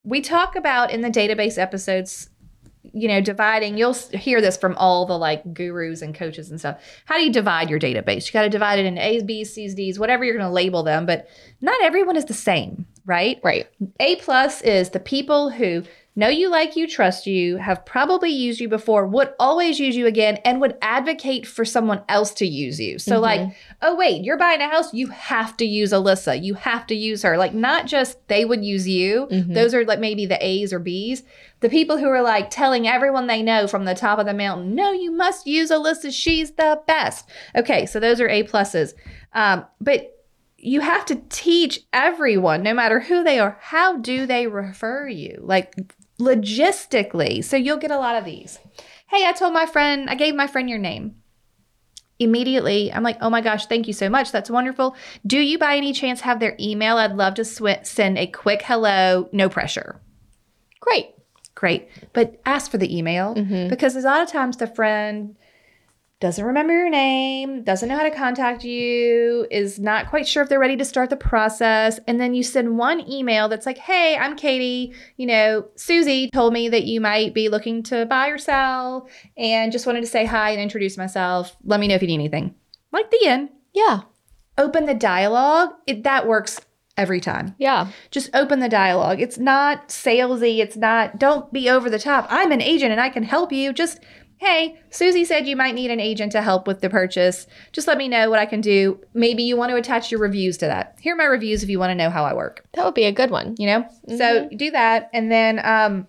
D: we talk about in the database episodes you know dividing you'll s- hear this from all the like gurus and coaches and stuff how do you divide your database you got to divide it into a's b's c's d's whatever you're going to label them but not everyone is the same right
C: right.
D: a plus is the people who know you, like you, trust you, have probably used you before, would always use you again, and would advocate for someone else to use you. So, like, oh, wait, you're buying a house, you have to use Alyssa, you have to use her. Like, not just they would use you, those are like maybe the A's or B's. The people who are like telling everyone they know from the top of the mountain, no, you must use Alyssa, she's the best. Okay, so those are A pluses. Um, but you have to teach everyone, no matter who they are, how do they refer you? Like logistically. So you'll get a lot of these. Hey, I told my friend, I gave my friend your name. Immediately, I'm like, oh my gosh, thank you so much. That's wonderful. Do you by any chance have their email? I'd love to swi send a quick hello, no pressure.
C: Great.
D: Great. But ask for the email
C: Mhm.
D: because a lot of times the friend doesn't remember your name, doesn't know how to contact you, is not quite sure if they're ready to start the process. And then you send one email that's like, hey, I'm Katie. You know, Susie told me that you might be looking to buy or sell and just wanted to say hi and introduce myself. Let me know if you need anything. Like the end.
C: Yeah.
D: Open the dialogue. It, that works every time
C: Yeah.
D: just open the dialogue. It's not salesy. It's not, don't be over the top. I'm an agent and I can help you. Just, hey, Susie said you might need an agent to help with the purchase. Just let me know what I can do. Maybe you want to attach your reviews to that. Here are my reviews if you want to know how I work
C: That would be a good one.
D: you know so
C: Mm-hmm.
D: do that and then um,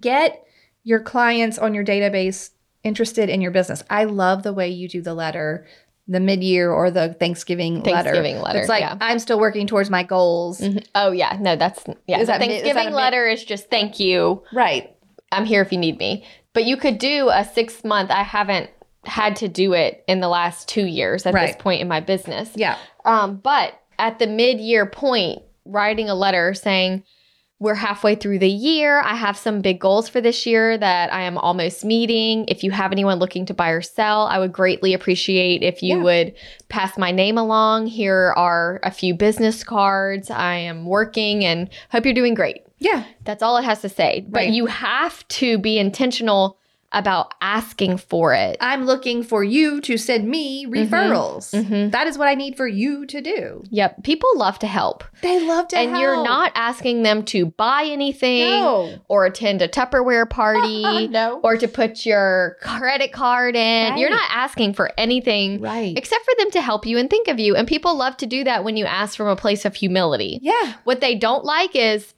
D: get your clients on your database interested in your business i love the way you do the letter the mid-year or the thanksgiving,
C: Thanksgiving
D: letter
C: letter,
D: it's like
C: yeah.
D: i'm still working towards my goals
C: Mhm. Oh, yeah. No, that's, yeah.
D: Is
C: the
D: that mi- is that
C: Thanksgiving
D: a mi-
C: letter is just thank you.
D: right
C: I'm here if you need me. But you could do a six month. I haven't had to do it in the last two years at
D: Right.
C: this point in my business.
D: yeah
C: Um, but at the mid year point, writing a letter saying, we're halfway through the year. I have some big goals for this year that I am almost meeting. If you have anyone looking to buy or sell, I would greatly appreciate if you
D: Yeah.
C: would pass my name along. Here are a few business cards. I am working and hope you're doing great.
D: yeah
C: That's all it has to say.
D: Right.
C: But you have to be intentional about asking for it.
D: I'm looking for you to send me
C: Mm-hmm.
D: referrals.
C: Mhm.
D: That is what I need for you to do.
C: Yep. People love to help.
D: They love to
C: and you're
D: help.
C: not asking them to buy anything
D: No.
C: or attend a Tupperware party
D: no.
C: or to put your credit card in. You're
D: Right.
C: not asking for anything
D: Right.
C: except for them to help you and think of you. And people love to do that when you ask from a place of humility.
D: Yeah.
C: What they don't like is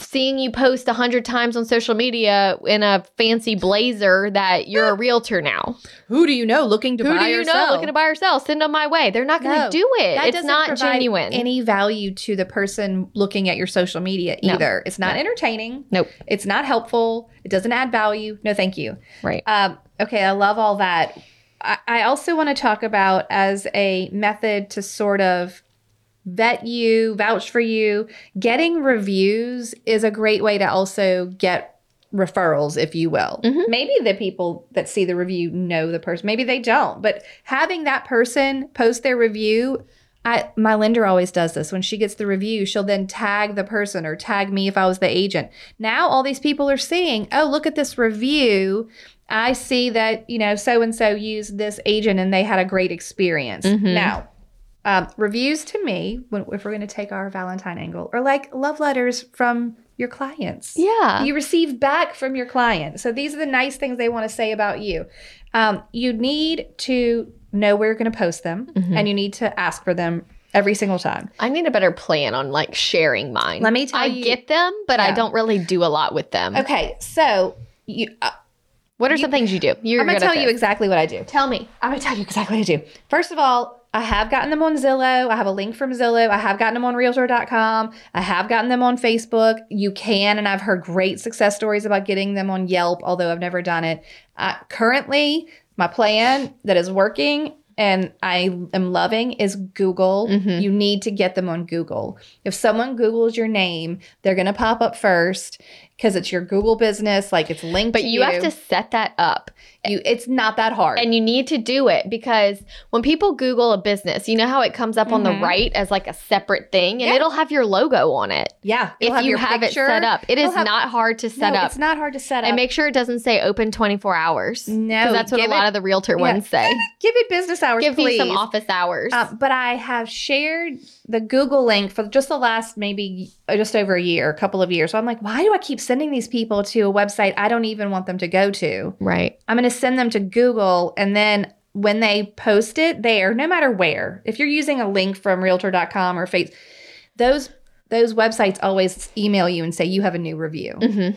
C: seeing you post a hundred times on social media in a fancy blazer that you're a realtor now.
D: Who do you know looking to
C: Who
D: buy
C: do you
D: or
C: know
D: sell?
C: looking to buy or sell? Send them my way. They're not going
D: No,
C: to do it.
D: That
C: it's
D: doesn't
C: not
D: provide
C: genuine.
D: Any value to the person looking at your social media
C: No.
D: either. It's not entertaining.
C: Nope.
D: It's not helpful. It doesn't add value. No, thank you.
C: right.
D: Um, okay, I love all that. I, I also want to talk about as a method to sort of vet you, vouch for you. Getting reviews is a great way to also get referrals, if you will.
C: Mhm.
D: Maybe the people that see the review know the person. Maybe they don't, but having that person post their review. I, my lender always does this. When she gets the review, she'll then tag the person or tag me if I was the agent. Now all these people are seeing, oh, look at this review. I see that, you know, so and so used this agent and they had a great experience.
C: Mhm.
D: Now, um, reviews to me, when, if we're going to take our Valentine angle, are like love letters from your clients.
C: Yeah.
D: You receive back from your client. So these are the nice things they want to say about you. Um, you need to know where you're going to post them and you need to ask for them every single time.
C: I need a better plan on like sharing mine.
D: Let me tell
C: I
D: you-
C: get them, but I
D: Yeah.
C: don't really do a lot with them.
D: Okay. So you, uh,
C: What are
D: You-
C: some things you do? You're
D: I'm going
C: good
D: to
C: at
D: tell you
C: this.
D: exactly what I do.
C: Tell me.
D: I'm gonna tell you exactly what I do. First of all, I have gotten them on Zillow. I have a link from Zillow. I have gotten them on Realtor.com. I have gotten them on Facebook. You can, and I've heard great success stories about getting them on Yelp, although I've never done it. Uh, currently, my plan that is working and I am loving is Google.
C: Mhm.
D: You need to get them on Google. If someone Googles your name, they're gonna pop up first because it's your Google business. Like it's linked.
C: But
D: to
C: you have to set that up
D: You, it's not that hard.
C: and you need to do it because when people Google a business, you know how it comes up on the
D: Mhm.
C: right as like a separate thing and
D: Yeah.
C: it'll have your logo on it
D: yeah, it'll
C: if you
D: your
C: have
D: picture.
C: it set up. It
D: It'll
C: is
D: have-
C: not hard to set
D: no,
C: up.
D: It's not hard to set up.
C: And make sure it doesn't say open 24 hours.
D: no,
C: that's what a
D: give
C: lot
D: it,
C: of the realtor
D: yeah.
C: ones say.
D: give it business hours.
C: Give me
D: please.
C: some office hours.
D: Uh, but I have shared the Google link for just the last maybe uh, just over a year, a couple of years. So I'm like, why do I keep sending these people to a website I don't even want them to go to?
C: right.
D: I'm going to send them to Google and then when they post it there, no matter where, if you're using a link from realtor.com or face, those those websites always email you and say you have a new review.
C: hmm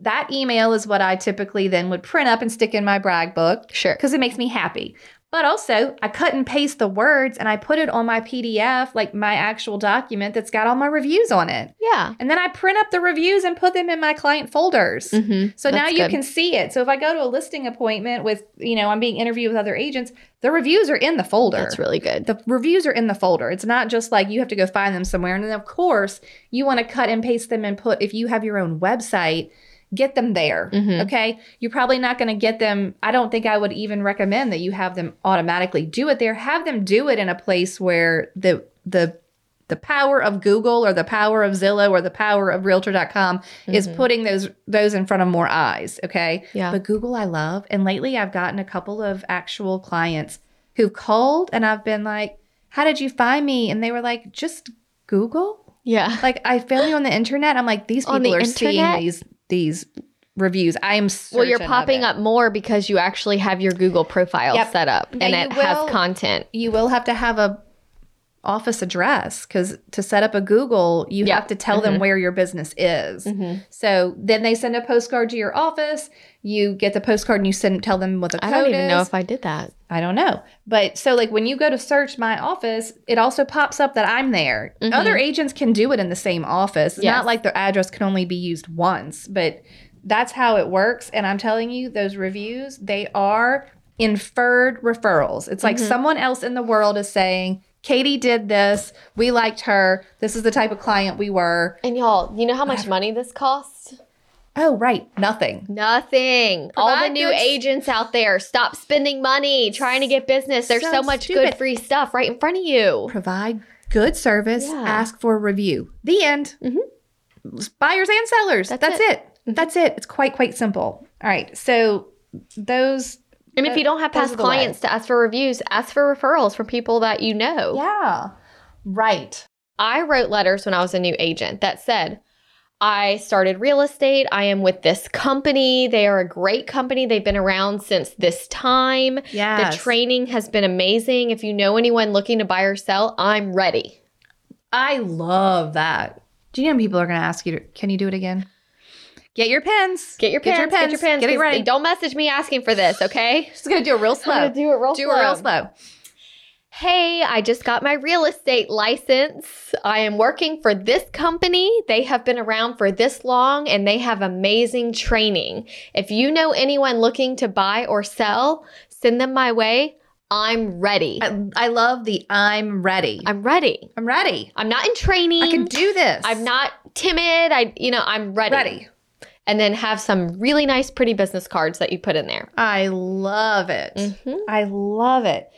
D: That email is what I typically then would print up and stick in my brag book
C: Sure.
D: because it makes me happy. But also, I cut and paste the words and I put it on my PDF, like my actual document that's got all my reviews on it.
C: Yeah.
D: And then I print up the reviews and put them in my client folders.
C: hmm
D: So now
C: That's
D: you
C: good.
D: can see it. So if I go to a listing appointment with, you know, I'm being interviewed with other agents, the reviews are in the folder.
C: That's really good.
D: The reviews are in the folder. It's not just like you have to go find them somewhere. And then, of course, you want to cut and paste them and put, if you have your own website, get them there.
C: Mhm.
D: Okay. You're probably not going to get them. I don't think I would even recommend that you have them automatically do it there. Have them do it in a place where the, the, the power of Google or the power of Zillow or the power of realtor.com is putting those those in front of more eyes, okay?
C: Yeah.
D: But Google I love and lately I've gotten a couple of actual clients who've called and I've been like, "How did you find me?" and they were like, "Just Google?"
C: yeah.
D: Like I found you on the internet. I'm like, "These
C: On
D: people
C: the
D: are
C: internet?
D: seeing these these reviews." I am
C: Well, you're
D: certain of
C: popping
D: it.
C: up more because you actually have your Google profile
D: Yep.
C: set up
D: Now
C: and
D: you
C: it has
D: will-
C: content.
D: You will have to have a office address cuz to set up a Google, you
C: Yeah. Mm-hmm.
D: have to tell them where your business is. So then they send a postcard to your office. You get the postcard and you send tell them what the
C: I
D: code
C: don't even
D: is.
C: know if I did that.
D: I don't know. But so like when you go to search my office, it also pops up that I'm there.
C: Mhm.
D: Other agents can do it in the same office. It's
C: Yes.
D: not like their address can only be used once, but that's how it works. And I'm telling you, those reviews, they are inferred referrals. It's like someone else in the world is saying, Katie did this. We liked her. This is the type of client we were.
C: And y'all, you know how much money this costs?
D: Oh, right. Nothing.
C: Nothing. All the
D: Provide
C: new
D: good s-
C: agents out there, stop spending money trying to get business. There's so,
D: So
C: much good
D: stupid.
C: free stuff right in front of you.
D: provide good service,
C: Yeah. Mm-hmm.
D: ask for a review. The end. Buyers and sellers. That's, it. That's it. It's quite, quite simple. All right. So those
C: And if you don't have
D: Those
C: past
D: are the way.
C: clients to ask for reviews, ask for referrals from people that you know.
D: yeah right
C: I wrote letters when I was a new agent that said, I started real estate. I am with this company. They are a great company. They've been around since this time.
D: yeah
C: The training has been amazing. If you know anyone looking to buy or sell, I'm ready.
D: I love that. Do you know people are going to ask you, to, can you do it again? Get your pens.
C: Get your
D: Get
C: pens.
D: your
C: Get your
D: pens,
C: pens.
D: get it
C: 'cause
D: ready.
C: Don't message me asking for this, okay?
D: Just going to do it real slow.
C: do it real
D: Do it real slow.
C: Hey, I just got my real estate license. I am working for this company. They have been around for this long and they have amazing training. If you know anyone looking to buy or sell, send them my way. I'm ready.
D: I, I love the I'm ready. I'm,
C: I'm ready.
D: ready.
C: I'm not in training.
D: I can do this.
C: I'm not timid. I you know, I'm ready.
D: ready.
C: And then have some really nice pretty business cards that you put in there.
D: I love it.
C: Mhm.
D: I love it.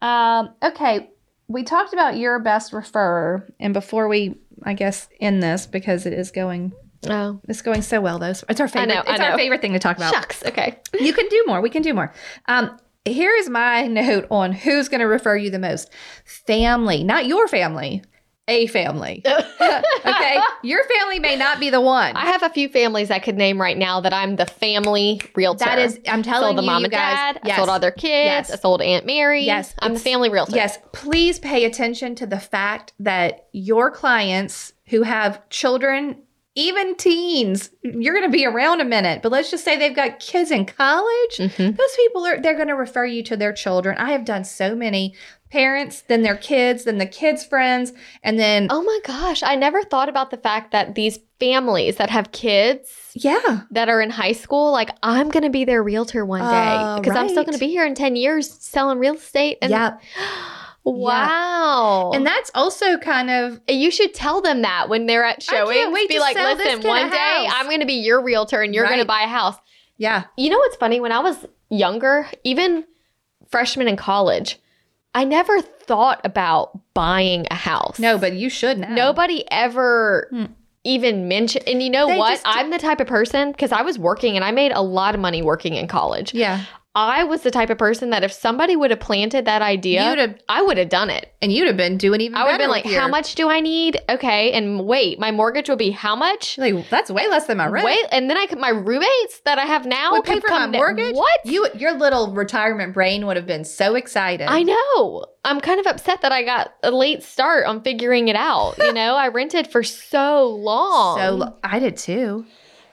D: Um, okay. We talked about your best referrer. And before we, I guess, end this because it is going,
C: Oh.
D: it's going so well though. It's our favorite.
C: know, I
D: it's
C: know.
D: our favorite thing to talk about.
C: Shucks. Okay.
D: you can do more. We can do more. Um, here is my note on who's going to refer you the most family, not your family, a family. okay. Your family may not be the one.
C: I have a few families I could name right now that I'm the family realtor.
D: that is, I'm
C: I
D: telling
C: sold the
D: you,
C: mom
D: you
C: and
D: guys.
C: dad. I sold all their kids.
D: Yes.
C: I sold Aunt Mary.
D: Yes.
C: I'm the
D: It's-
C: family realtor.
D: Yes, please pay attention to the fact that your clients who have children, even teens, you're going to be around a minute, but let's just say they've got kids in college.
C: Mhm.
D: Those people are they're going to refer you to their children. I have done so many parents, then their kids, then the kids' friends, and then
C: Oh my gosh. I never thought about the fact that these families that have kids
D: yeah,
C: that are in high school, like I'm going to be their realtor one
D: Uh,
C: day because I'm still
D: right.
C: going to be here in 10 years selling real estate. And
D: yeah,
C: wow.
D: and that's also kind of
C: you should tell them that when they're at
D: can't
C: showings.
D: wait
C: Be
D: to
C: like,
D: sell this
C: listen,
D: kid a
C: one day
D: house."
C: I'm going to be your realtor and you're going to
D: Right.
C: buy a house.
D: yeah,
C: You know what's funny? When I was younger, even freshman in college, I never thought about buying a house.
D: no, but you should now.
C: nobody ever
D: Hmm.
C: even mentioned. And you know
D: They
C: what?
D: just-
C: I'm the type of person because I was working and I made a lot of money working in college.
D: yeah,
C: I was the type of person that if somebody would have planted that idea,
D: you'd have
C: I would have done it.
D: and you'd have been doing even.
C: I would have
D: better
C: been
D: with
C: like,
D: your-
C: "How much do I need?" Okay, and wait, my mortgage will be how much?
D: Like, that's way less than my rent.
C: Wait, and then I could my roommates that I have now
D: would pay
C: could
D: for my
C: come to-
D: mortgage.
C: Oh, What?
D: You, your little retirement brain would have been so excited.
C: I know. I'm kind of upset that I got a late start on figuring it out. You know, I rented for so long.
D: So lo- I did too.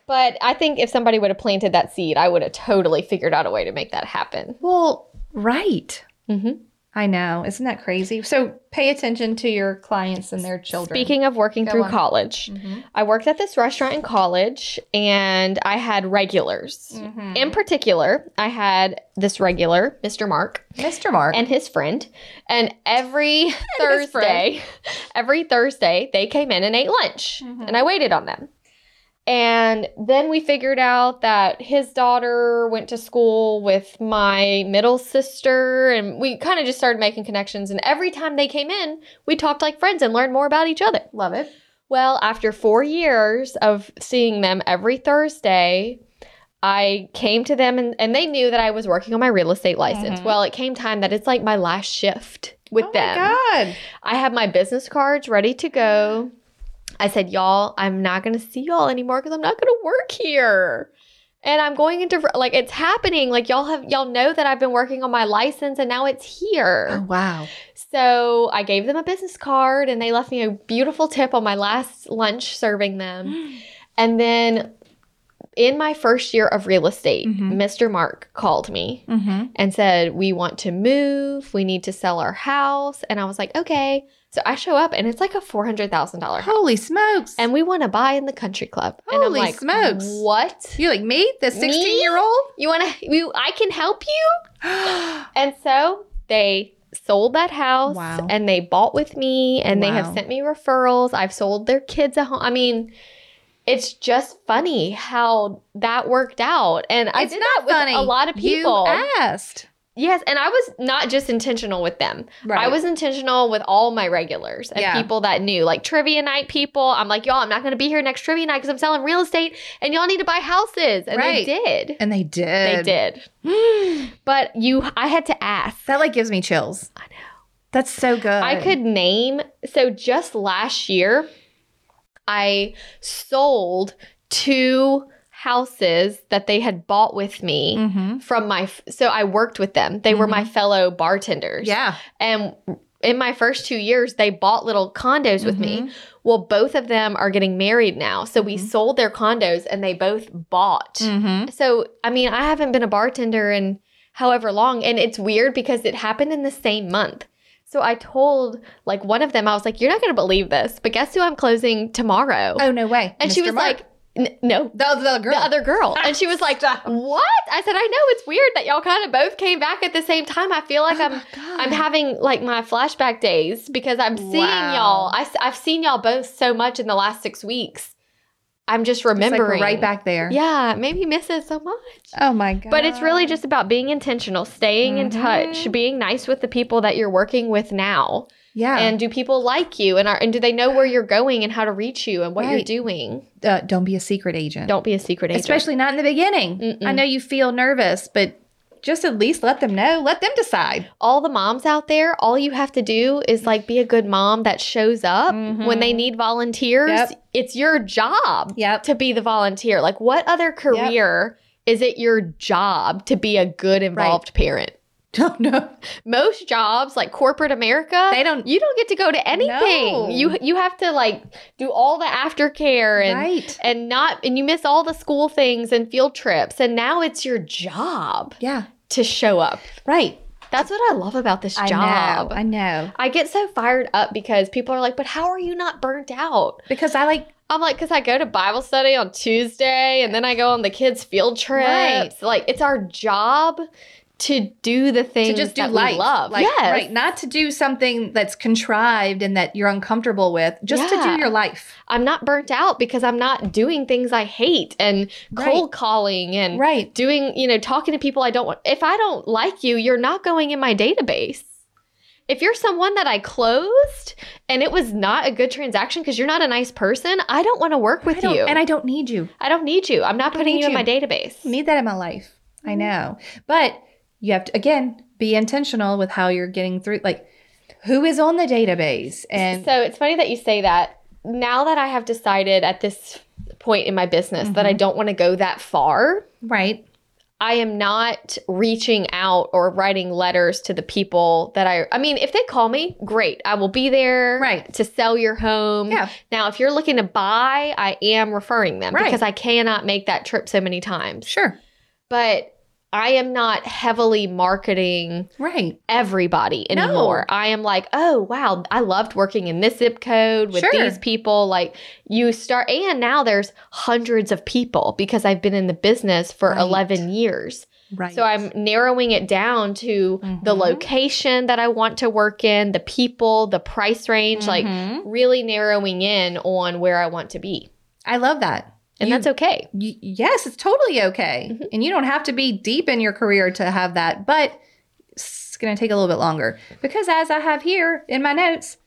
C: But I think if somebody would have planted that seed, I would have totally figured out a way to make that happen.
D: Well, right.
C: Mhm.
D: I know. Isn't that crazy? So pay attention to your clients and their children.
C: Speaking of working
D: Go
C: through
D: on.
C: college,
D: Mhm.
C: I worked at this restaurant in college and I had regulars.
D: Mhm.
C: In particular, I had this regular, Mr. Mark,
D: Mr. Mark.
C: and his friend. And every Thursday, every Thursday, they came in and ate lunch,
D: Mhm.
C: and I waited on them. And then we figured out that his daughter went to school with my middle sister, and we kind of just started making connections. And every time they came in, we talked like friends and learned more about each other.
D: Love it.
C: Well, after four years of seeing them every Thursday, I came to them and, and they knew that I was working on my real estate license.
D: Mhm.
C: Well, it came time that it's like my last shift with
D: oh
C: them.
D: My God.
C: I have my business cards ready to go. I said, Y'all, I'm not going to see y'all anymore because I'm not going to work here. And I'm going into like it's happening. Like y'all have y'all know that I've been working on my license and now it's here.
D: Oh, wow.
C: So I gave them a business card and they left me a beautiful tip on my last lunch serving them. and then in my first year of real estate,
D: Mhm.
C: Mr. Mark called me
D: Mm-hmm.
C: and said, We want to move. We need to sell our house. And I was like, Okay. So I show up and it's like a $400,000 house.
D: Holy smokes.
C: And we want to buy in the country club. and I'm
D: Holy
C: like,
D: smokes.
C: What?
D: you like me, the 16 year old?
C: You want to? I can help you. And so they sold that house
D: Wow.
C: and they bought with me and they have
D: Wow.
C: sent me referrals. I've sold their kids a home. I mean, it's just funny how that worked out. And I
D: It's
C: did
D: not
C: that with
D: funny.
C: a lot of people.
D: You asked.
C: Yes, and I was not just intentional with them.
D: Right.
C: I was intentional with all my regulars and
E: Yeah.
C: people that knew, like trivia night people. I'm like, y'all, I'm not going to be here next trivia night because I'm selling real estate, and y'all need to buy houses, and
E: Right.
C: they did.
D: and they did.
C: They did. but you, I had to ask.
D: That like gives me chills. I know. That's so good.
C: I could name. So just last year, I sold two houses that they had bought with me
D: Mm-hmm.
C: from my. f- So I worked with them. They were my fellow bartenders.
D: Yeah.
C: And in my first two years, they bought little condos with
D: Mm-hmm.
C: me. Well, both of them are getting married now. So we sold their condos and they both bought.
D: Mm-hmm.
C: So, I mean, I haven't been a bartender in however long. And it's weird because it happened in the same month. So I told like one of them, I was like, you're not going to believe this, but guess who I'm closing tomorrow?
D: Oh no way.
C: and she
D: Mr.
C: was
D: Mark.
C: like, "N- no.
D: the, the girl.
C: The other girl. And she was like, What? I said, I know it's weird that y'all kind of both came back at the same time. I feel like
D: Oh
C: I'm I'm having like my flashback days because I'm seeing
D: Wow.
C: y'all. I, have seen y'all both so much in the last six weeks. I'm just
D: It's, like,
C: remembering.
D: right back there.
C: Yeah, maybe miss it so much.
D: Oh my god.
C: But it's really just about being intentional, staying in
D: Mm-hmm.
C: touch, being nice with the people that you're working with now.
D: yeah.
C: And do people like you and are and do they know where you're going and how to reach you and what
D: Right.
C: you're doing?
D: uh, don't be a secret agent.
C: Don't be a secret agent.
D: Especially not in the beginning.
C: Mm-mm.
D: I know you feel nervous, but just at least let them know. Let them decide.
C: all the moms out there, all you have to do is like be a good mom that shows up when they need volunteers.
D: Mm-hmm. Yep.
C: It's your job
D: Yep.
C: to be the volunteer. Like what other career is it your job to be a good involved parent?
D: Don't know.
C: most jobs like corporate america
D: They don't-
C: you don't get to go to anything
D: No.
C: you you have to like do all the aftercare and
D: Right.
C: and not and you miss all the school things and field trips and now it's your job
D: Yeah.
C: to show up
D: Right.
C: that's what i love about this
D: I
C: job
D: know. I know.
C: I get so fired up because people are like, but how are you not burnt out?
D: Because I like
C: I'm like, because I go to Bible study on Tuesday and then I go on the kids' field trips.
D: Right.
C: Like, it's our job to do the things
D: to just do
C: that
D: life.
C: we love.
D: Like,
C: yes.
D: Right. Not to do something that's contrived and that you're uncomfortable with, just to
C: Yeah.
D: do your life.
C: I'm not burnt out because I'm not doing things I hate and cold calling and
D: Right.
C: doing, you know, talking to people I don't want. If I don't like you, you're not going in my database. If you're someone that I closed and it was not a good transaction because you're not a nice person, I don't want to work
D: I
C: with
D: don't-
C: you.
D: And I don't need you.
C: I don't need you. I'm not putting
D: need
C: you in
D: you.
C: my database.
D: need that in my life.
C: Mm-hmm.
D: I know. But you have to again be intentional with how you're getting through like who is on the database and
C: so it's funny that you say that. Now that I have decided at this point in my business that
D: Mm-hmm.
C: I don't want to go that far,
D: right.
C: I am not reaching out or writing letters to the people that I I mean, if they call me, great. I will be there
D: Right.
C: to sell your home.
D: Yeah.
C: Now, if you're looking to buy, I am referring them
D: Right.
C: because I cannot make that trip so many times.
D: Sure.
C: But I am not heavily marketing
D: Right.
C: everybody anymore. I am like, oh wow, I loved working in this zip code with
D: Sure.
C: these people. Like you start and now there's hundreds of people because I've been in the business for
D: Right.
C: eleven years.
D: Right.
C: So I'm narrowing it down to the
D: Mhm.
C: location that I want to work in, the people, the price
D: Mhm.
C: range, like really narrowing in on where I want to be.
D: I love that.
C: And
D: You-
C: that's okay.
D: y- yes, it's totally okay. And you don't have to be deep in your career to have that, but it's going to take a little bit longer because as I have here in my notes,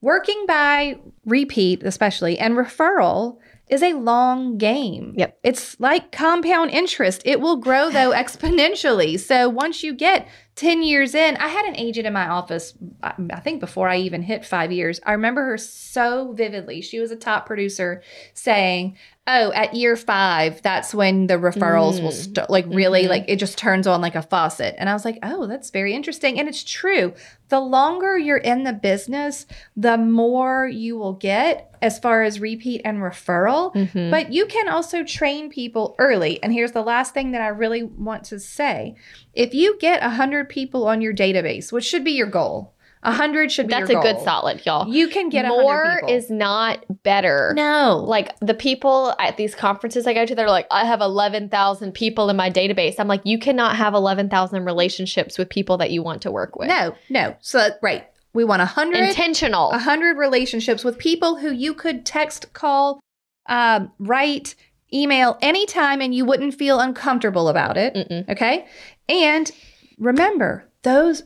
D: working by repeat especially and referral is a long game.
C: Yep.
D: It's like compound interest. It will grow though exponentially. So once you get 10 years in, I had an agent in my office I I think before I even hit 5 years. I remember her so vividly. She was a top producer saying, "Oh, at year 5, that's when the referrals will
C: Mm.
D: st- like really
C: Mm-hmm.
D: like it just turns on like a faucet." And I was like, "Oh, that's very interesting." And it's true. The longer you're in the business, the more you will get as far as repeat and referral.
C: Mm-hmm.
D: But you can also train people early. And here's the last thing that I really want to say. If you get 100 people on your database, which should be your goal, 100 should be
C: That's
D: your
C: a good
D: goal.
C: solid, y'all.
D: You can get 100
C: More
D: people.
C: is not better.
D: no.
C: Like the people at these conferences I go to, they're like, I have 11,000 people in my database. I'm like, you cannot have 11,000 relationships with people that you want to work with.
D: no, no. So, right. We want 100.
C: Intentional.
D: 100 relationships with people who you could text, call, um, write, email anytime and you wouldn't feel uncomfortable about it.
C: Mm-mm.
D: Okay. And Remember, those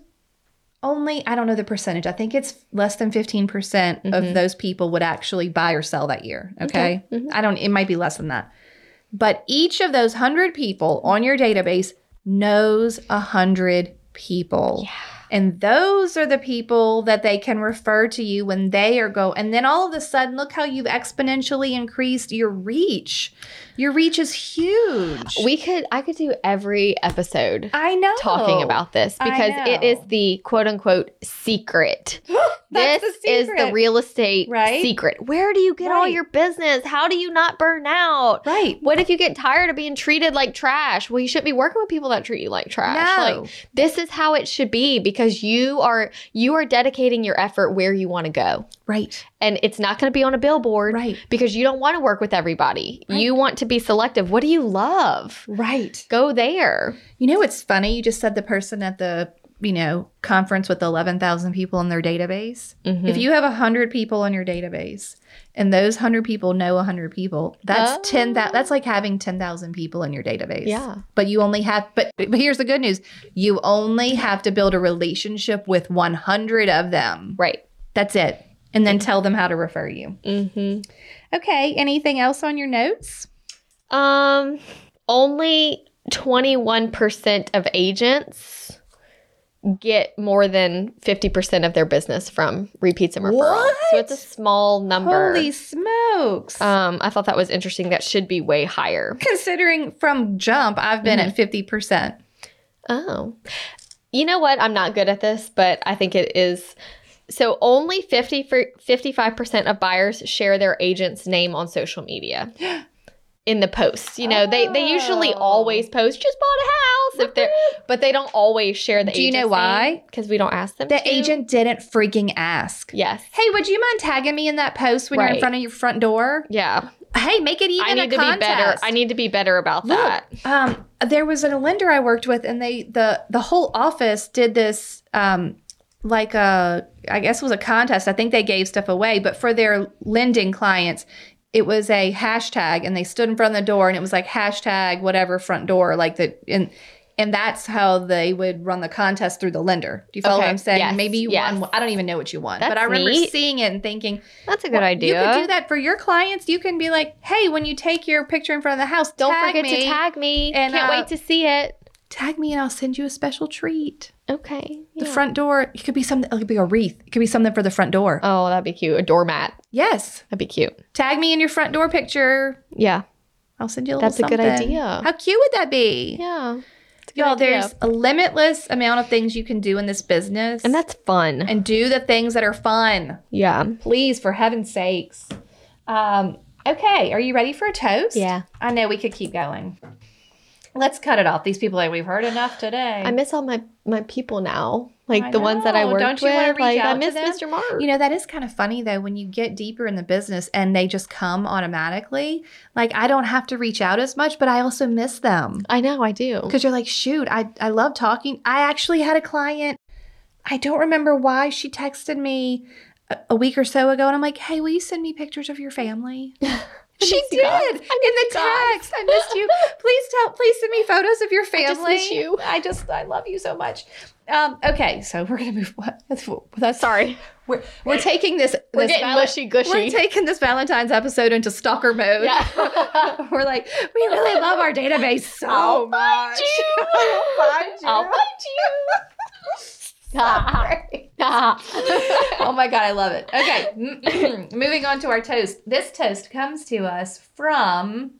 D: only, I don't know the percentage, I think it's less than 15% percent of
C: Mhm.
D: those people would actually buy or sell that year. Okay.
C: Okay. Mhm.
D: I don't, it might be less than that. But each of those 100 people on your database knows 100 people. And those are the people that they can refer to you when they are go. And then all of a sudden, look how you've exponentially increased your reach. Your reach is huge.
C: We could I could do every episode
D: I know
C: talking about this
D: Oh, I
C: because it
D: know.
C: is the quote unquote secret.
D: That's
C: this
D: the
C: is the
D: secret.
C: real estate
D: Right?
C: secret. Where do you get all
D: Right.
C: your business? How do you not burn out?
D: right.
C: What if you get tired of being treated like trash? Well, you shouldn't be working with people that treat you like trash.
D: No.
C: Like this is how it should be because you are you are dedicating your effort where you want to go.
D: right.
C: And it's not going to be on a billboard
D: Right.
C: because you don't want to work with everybody. You want to be selective. What do you love?
D: Right.
C: Go there.
D: You know what's funny? You just said the person at the you know conference with eleven thousand people in their database. If you have hundred people on your database, and those hundred people know hundred people, that's
C: Oh.
D: ten. That that's like having ten thousand people in your database.
C: Yeah.
D: But you only have. But but here's the good news: you only have to build a relationship with one hundred of them.
C: Right.
D: That's it. And then tell them how to refer you.
C: Mm-hmm.
D: Okay. Anything else on your notes?
C: Um, only 21% of agents get more than 50% of their business from repeats and referrals. So it's a small number.
D: Holy smokes!
C: um, I thought that was interesting. That should be way higher.
D: Considering from jump, I've been at fifty percent.
C: Oh. You know what? I'm not good at this, but I think it is. So only 50 for 55% of buyers share their agent's name on social media. In the posts, you know, they they usually
D: Oh.
C: always post just bought a house if they're but they don't always share the
D: Do you know why?
C: Cuz we don't ask them
D: The
C: to.
D: agent didn't freaking ask.
C: Yes.
D: Hey, would you mind tagging me in that post when you're in
C: Right.
D: front of your front door?
C: Yeah.
D: Hey, make it even
C: I need
D: a
C: to be
D: contest.
C: better. I need to be better about that.
D: um, there was a lender I worked with, and they the the whole office did this um, like a I guess it was a contest. I think they gave stuff away, but for their lending clients, it was a hashtag, and they stood in front of the door, and it was like hashtag whatever front door, like the and and that's how they would run the contest through the lender. Do you follow what
C: Okay.
D: I'm saying?
C: Yes.
D: Maybe you
C: Yes.
D: won. I don't even know what you won, but
C: That's
D: I remember
C: neat.
D: seeing it and thinking
C: That's a good idea.
D: you could do that for your clients. You can be like, hey, when you take your picture in front of the house,
C: Don't
D: tag
C: forget
D: me
C: to tag me.
D: and,
C: Can't
D: uh,
C: wait to see it.
D: tag me and I'll send you a special treat.
C: Okay.
D: The
C: yeah.
D: front door, it could be something, it could be a wreath, it could be something for the front door.
C: Oh, that'd be cute. A doormat.
D: yes.
C: That'd be cute.
D: Tag me in your front door picture.
C: Yeah.
D: I'll send you a little
C: That's a good
D: something.
C: idea.
D: How cute would that be?
C: Yeah. It's a good
D: Y'all,
C: idea.
D: there's a limitless amount of things you can do in this business.
C: and that's fun.
D: and do the things that are fun.
C: yeah.
D: Please, for heaven's sakes. Um, okay, are you ready for a toast?
C: Yeah.
D: I know we could keep going. Let's cut it off. These people like we've heard enough today.
C: I miss all my my people now. Like
D: I
C: the ones that I
D: know.
C: worked
D: Don't you wanna
C: with.
D: reach
C: Like
D: out
C: I
D: to
C: miss
D: them?
C: Mr. Mark.
D: You know, that is kind of funny though when you get deeper in the business and they just come automatically. Like I don't have to reach out as much, but I also miss them.
C: I know I do.
D: Cuz you're like, "Shoot, I I love talking." I actually had a client I don't remember why she texted me a, a week or so ago and I'm like, "Hey, will you send me pictures of your family?" She
C: miss you
D: did in
C: guys.
D: the text. I missed you. Please tell. Please send me photos of your family.
C: just miss you.
D: I just. I love you so much. Um, okay, so we're gonna move. What? That's, that's
C: Sorry.
D: we're we're taking this
C: eh, We're
D: this
C: getting
D: valen-
C: mushy gushy.
D: we're taking this Valentine's episode into stalker mode.
C: yeah.
D: We're like, we really love our database so
C: I'll
D: much.
C: I'll find you.
D: oh my god, I love it. Okay, moving on to our toast. This toast comes to us from.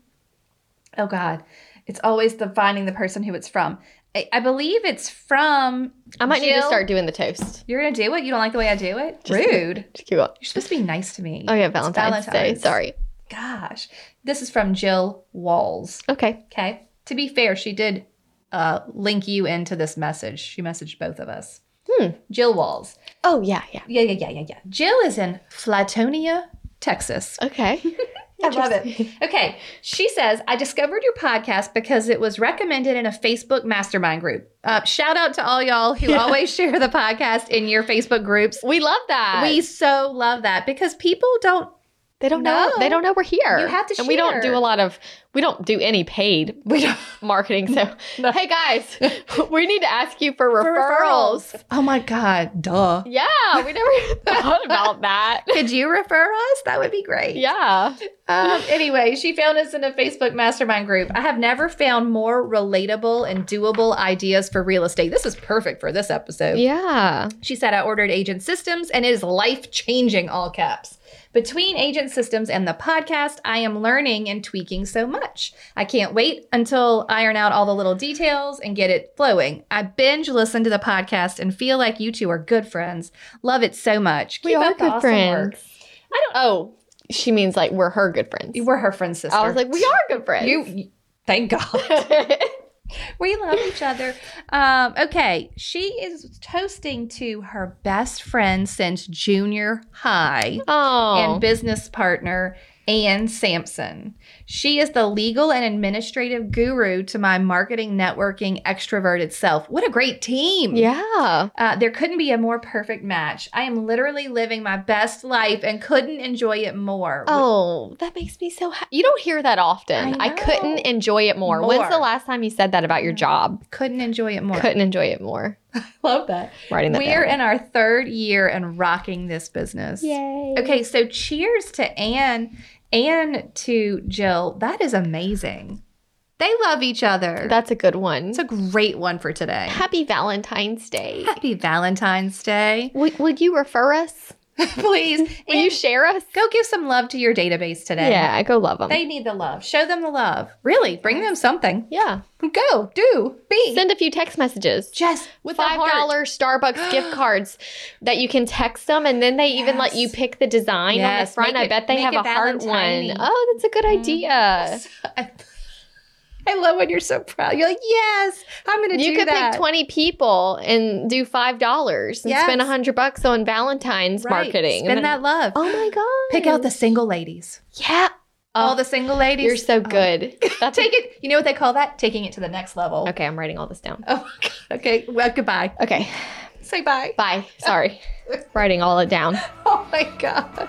D: Oh god, it's always the finding the person who it's from. I, I believe it's from.
C: I might need to
D: Jill.
C: start doing the toast.
D: You're gonna do it. You don't like the way I do it.
C: Just-
D: Rude.
C: Just keep up.
D: You're supposed to be nice to me.
C: Oh yeah,
D: It's
C: Valentine's, Day.
D: Valentine's.
C: Sorry.
D: Gosh, this is from Jill Walls.
C: Okay.
D: Okay. To be fair, she did uh, link you into this message. She messaged both of us.
C: Hmm.
D: Jill Walls.
C: Oh yeah, yeah.
D: Yeah, yeah, yeah, yeah, yeah. Jill is in Flatonia, Texas.
C: Okay.
D: I love it. Okay. She says, I discovered your podcast because it was recommended in a Facebook mastermind group. Uh, shout out to all y'all who always share the podcast in your Facebook groups.
C: we love that.
D: We so love that because people don't
C: They don't know.
D: No.
C: They don't know we're here.
D: You have to
C: And we don't do
D: share.
C: a lot of. we don't do any paid we don't, marketing. So,
D: No.
C: hey guys, we need to ask you for referrals.
D: Oh my God, duh.
C: Yeah, we never thought about that.
D: Could you refer us? That would be great.
C: Yeah.
D: Um, anyway, she found us in a Facebook mastermind group. I have never found more relatable and doable ideas for real estate. This is perfect for this episode.
C: Yeah.
D: She said, I ordered Agent Systems and it is life changing, all caps. Between Agent Systems and the podcast, I am learning and tweaking so much. I can't wait until I iron out all the little details and get it flowing. I binge listen to the podcast and feel like you two are good friends. Love it so much.
C: We
D: Keep
C: are
D: up the
C: good
D: awesome work.
C: friends. I don't Oh, she means like we're her good friends.
D: You were her friend, sister.
C: I was like, we are good friends.
D: you, you- thank God. We love each other. Um, okay, she is toasting to her best friend since junior high
C: oh.
D: and business partner, Ann Sampson. She is the legal and administrative guru to my marketing, networking, extroverted self. What a great team!
C: yeah.
D: Uh, there couldn't be a more perfect match. I am literally living my best life and couldn't enjoy it more.
C: Oh, that makes me so happy. You don't hear that often.
D: I
C: I, couldn't
D: know.
C: enjoy it more. When's the
D: More.
C: last time you said that about your job?
D: Couldn't enjoy it more.
C: Couldn't enjoy it more.
D: Love that.
C: Writing that
D: We are
C: down.
D: in our third year and rocking this business.
C: Yay.
D: Okay, so cheers to Anne and to Jill. That is amazing. They love each other.
C: That's a good one.
D: That's a great one for today.
C: Happy Valentine's Day.
D: Happy Valentine's Day.
C: Would, would you refer us?
D: Please
C: Will you
D: and
C: share us?
D: go give some love to your database today.
C: Yeah, I go love them.
D: They need the love. Show them the love. Really, bring them something.
C: yeah.
D: Go, do, be.
C: Send a few text messages.
D: just with a
C: Five
D: heart.
C: dollar Starbucks gift cards that you can text them, and then they even let you
D: Yes.
C: pick the design on
D: Yes,
C: the front.
D: make
C: I
D: it-
C: bet they
D: make
C: have
D: it
C: a heart one.
D: Valentine-y.
C: Oh, that's a good idea.
D: I love when you're so proud. You're like, yes, I'm gonna
C: You
D: do
C: could
D: that.
C: pick twenty people and do five dollars and
D: Yes.
C: spend a hundred bucks on Valentine's
D: Right.
C: marketing.
D: Spend
C: And
D: that
C: then-
D: love.
C: Oh my god!
D: Pick out the single ladies.
C: yeah.
D: All
C: All
D: the Oh. single ladies.
C: you're so good. That's
D: Take it. You know what they call that? Taking it to the next level.
C: okay. I'm writing all this down.
D: Oh my god. Okay. Well, goodbye.
C: Okay.
D: Say bye.
C: Bye. Sorry. writing all it down.
D: Oh my god.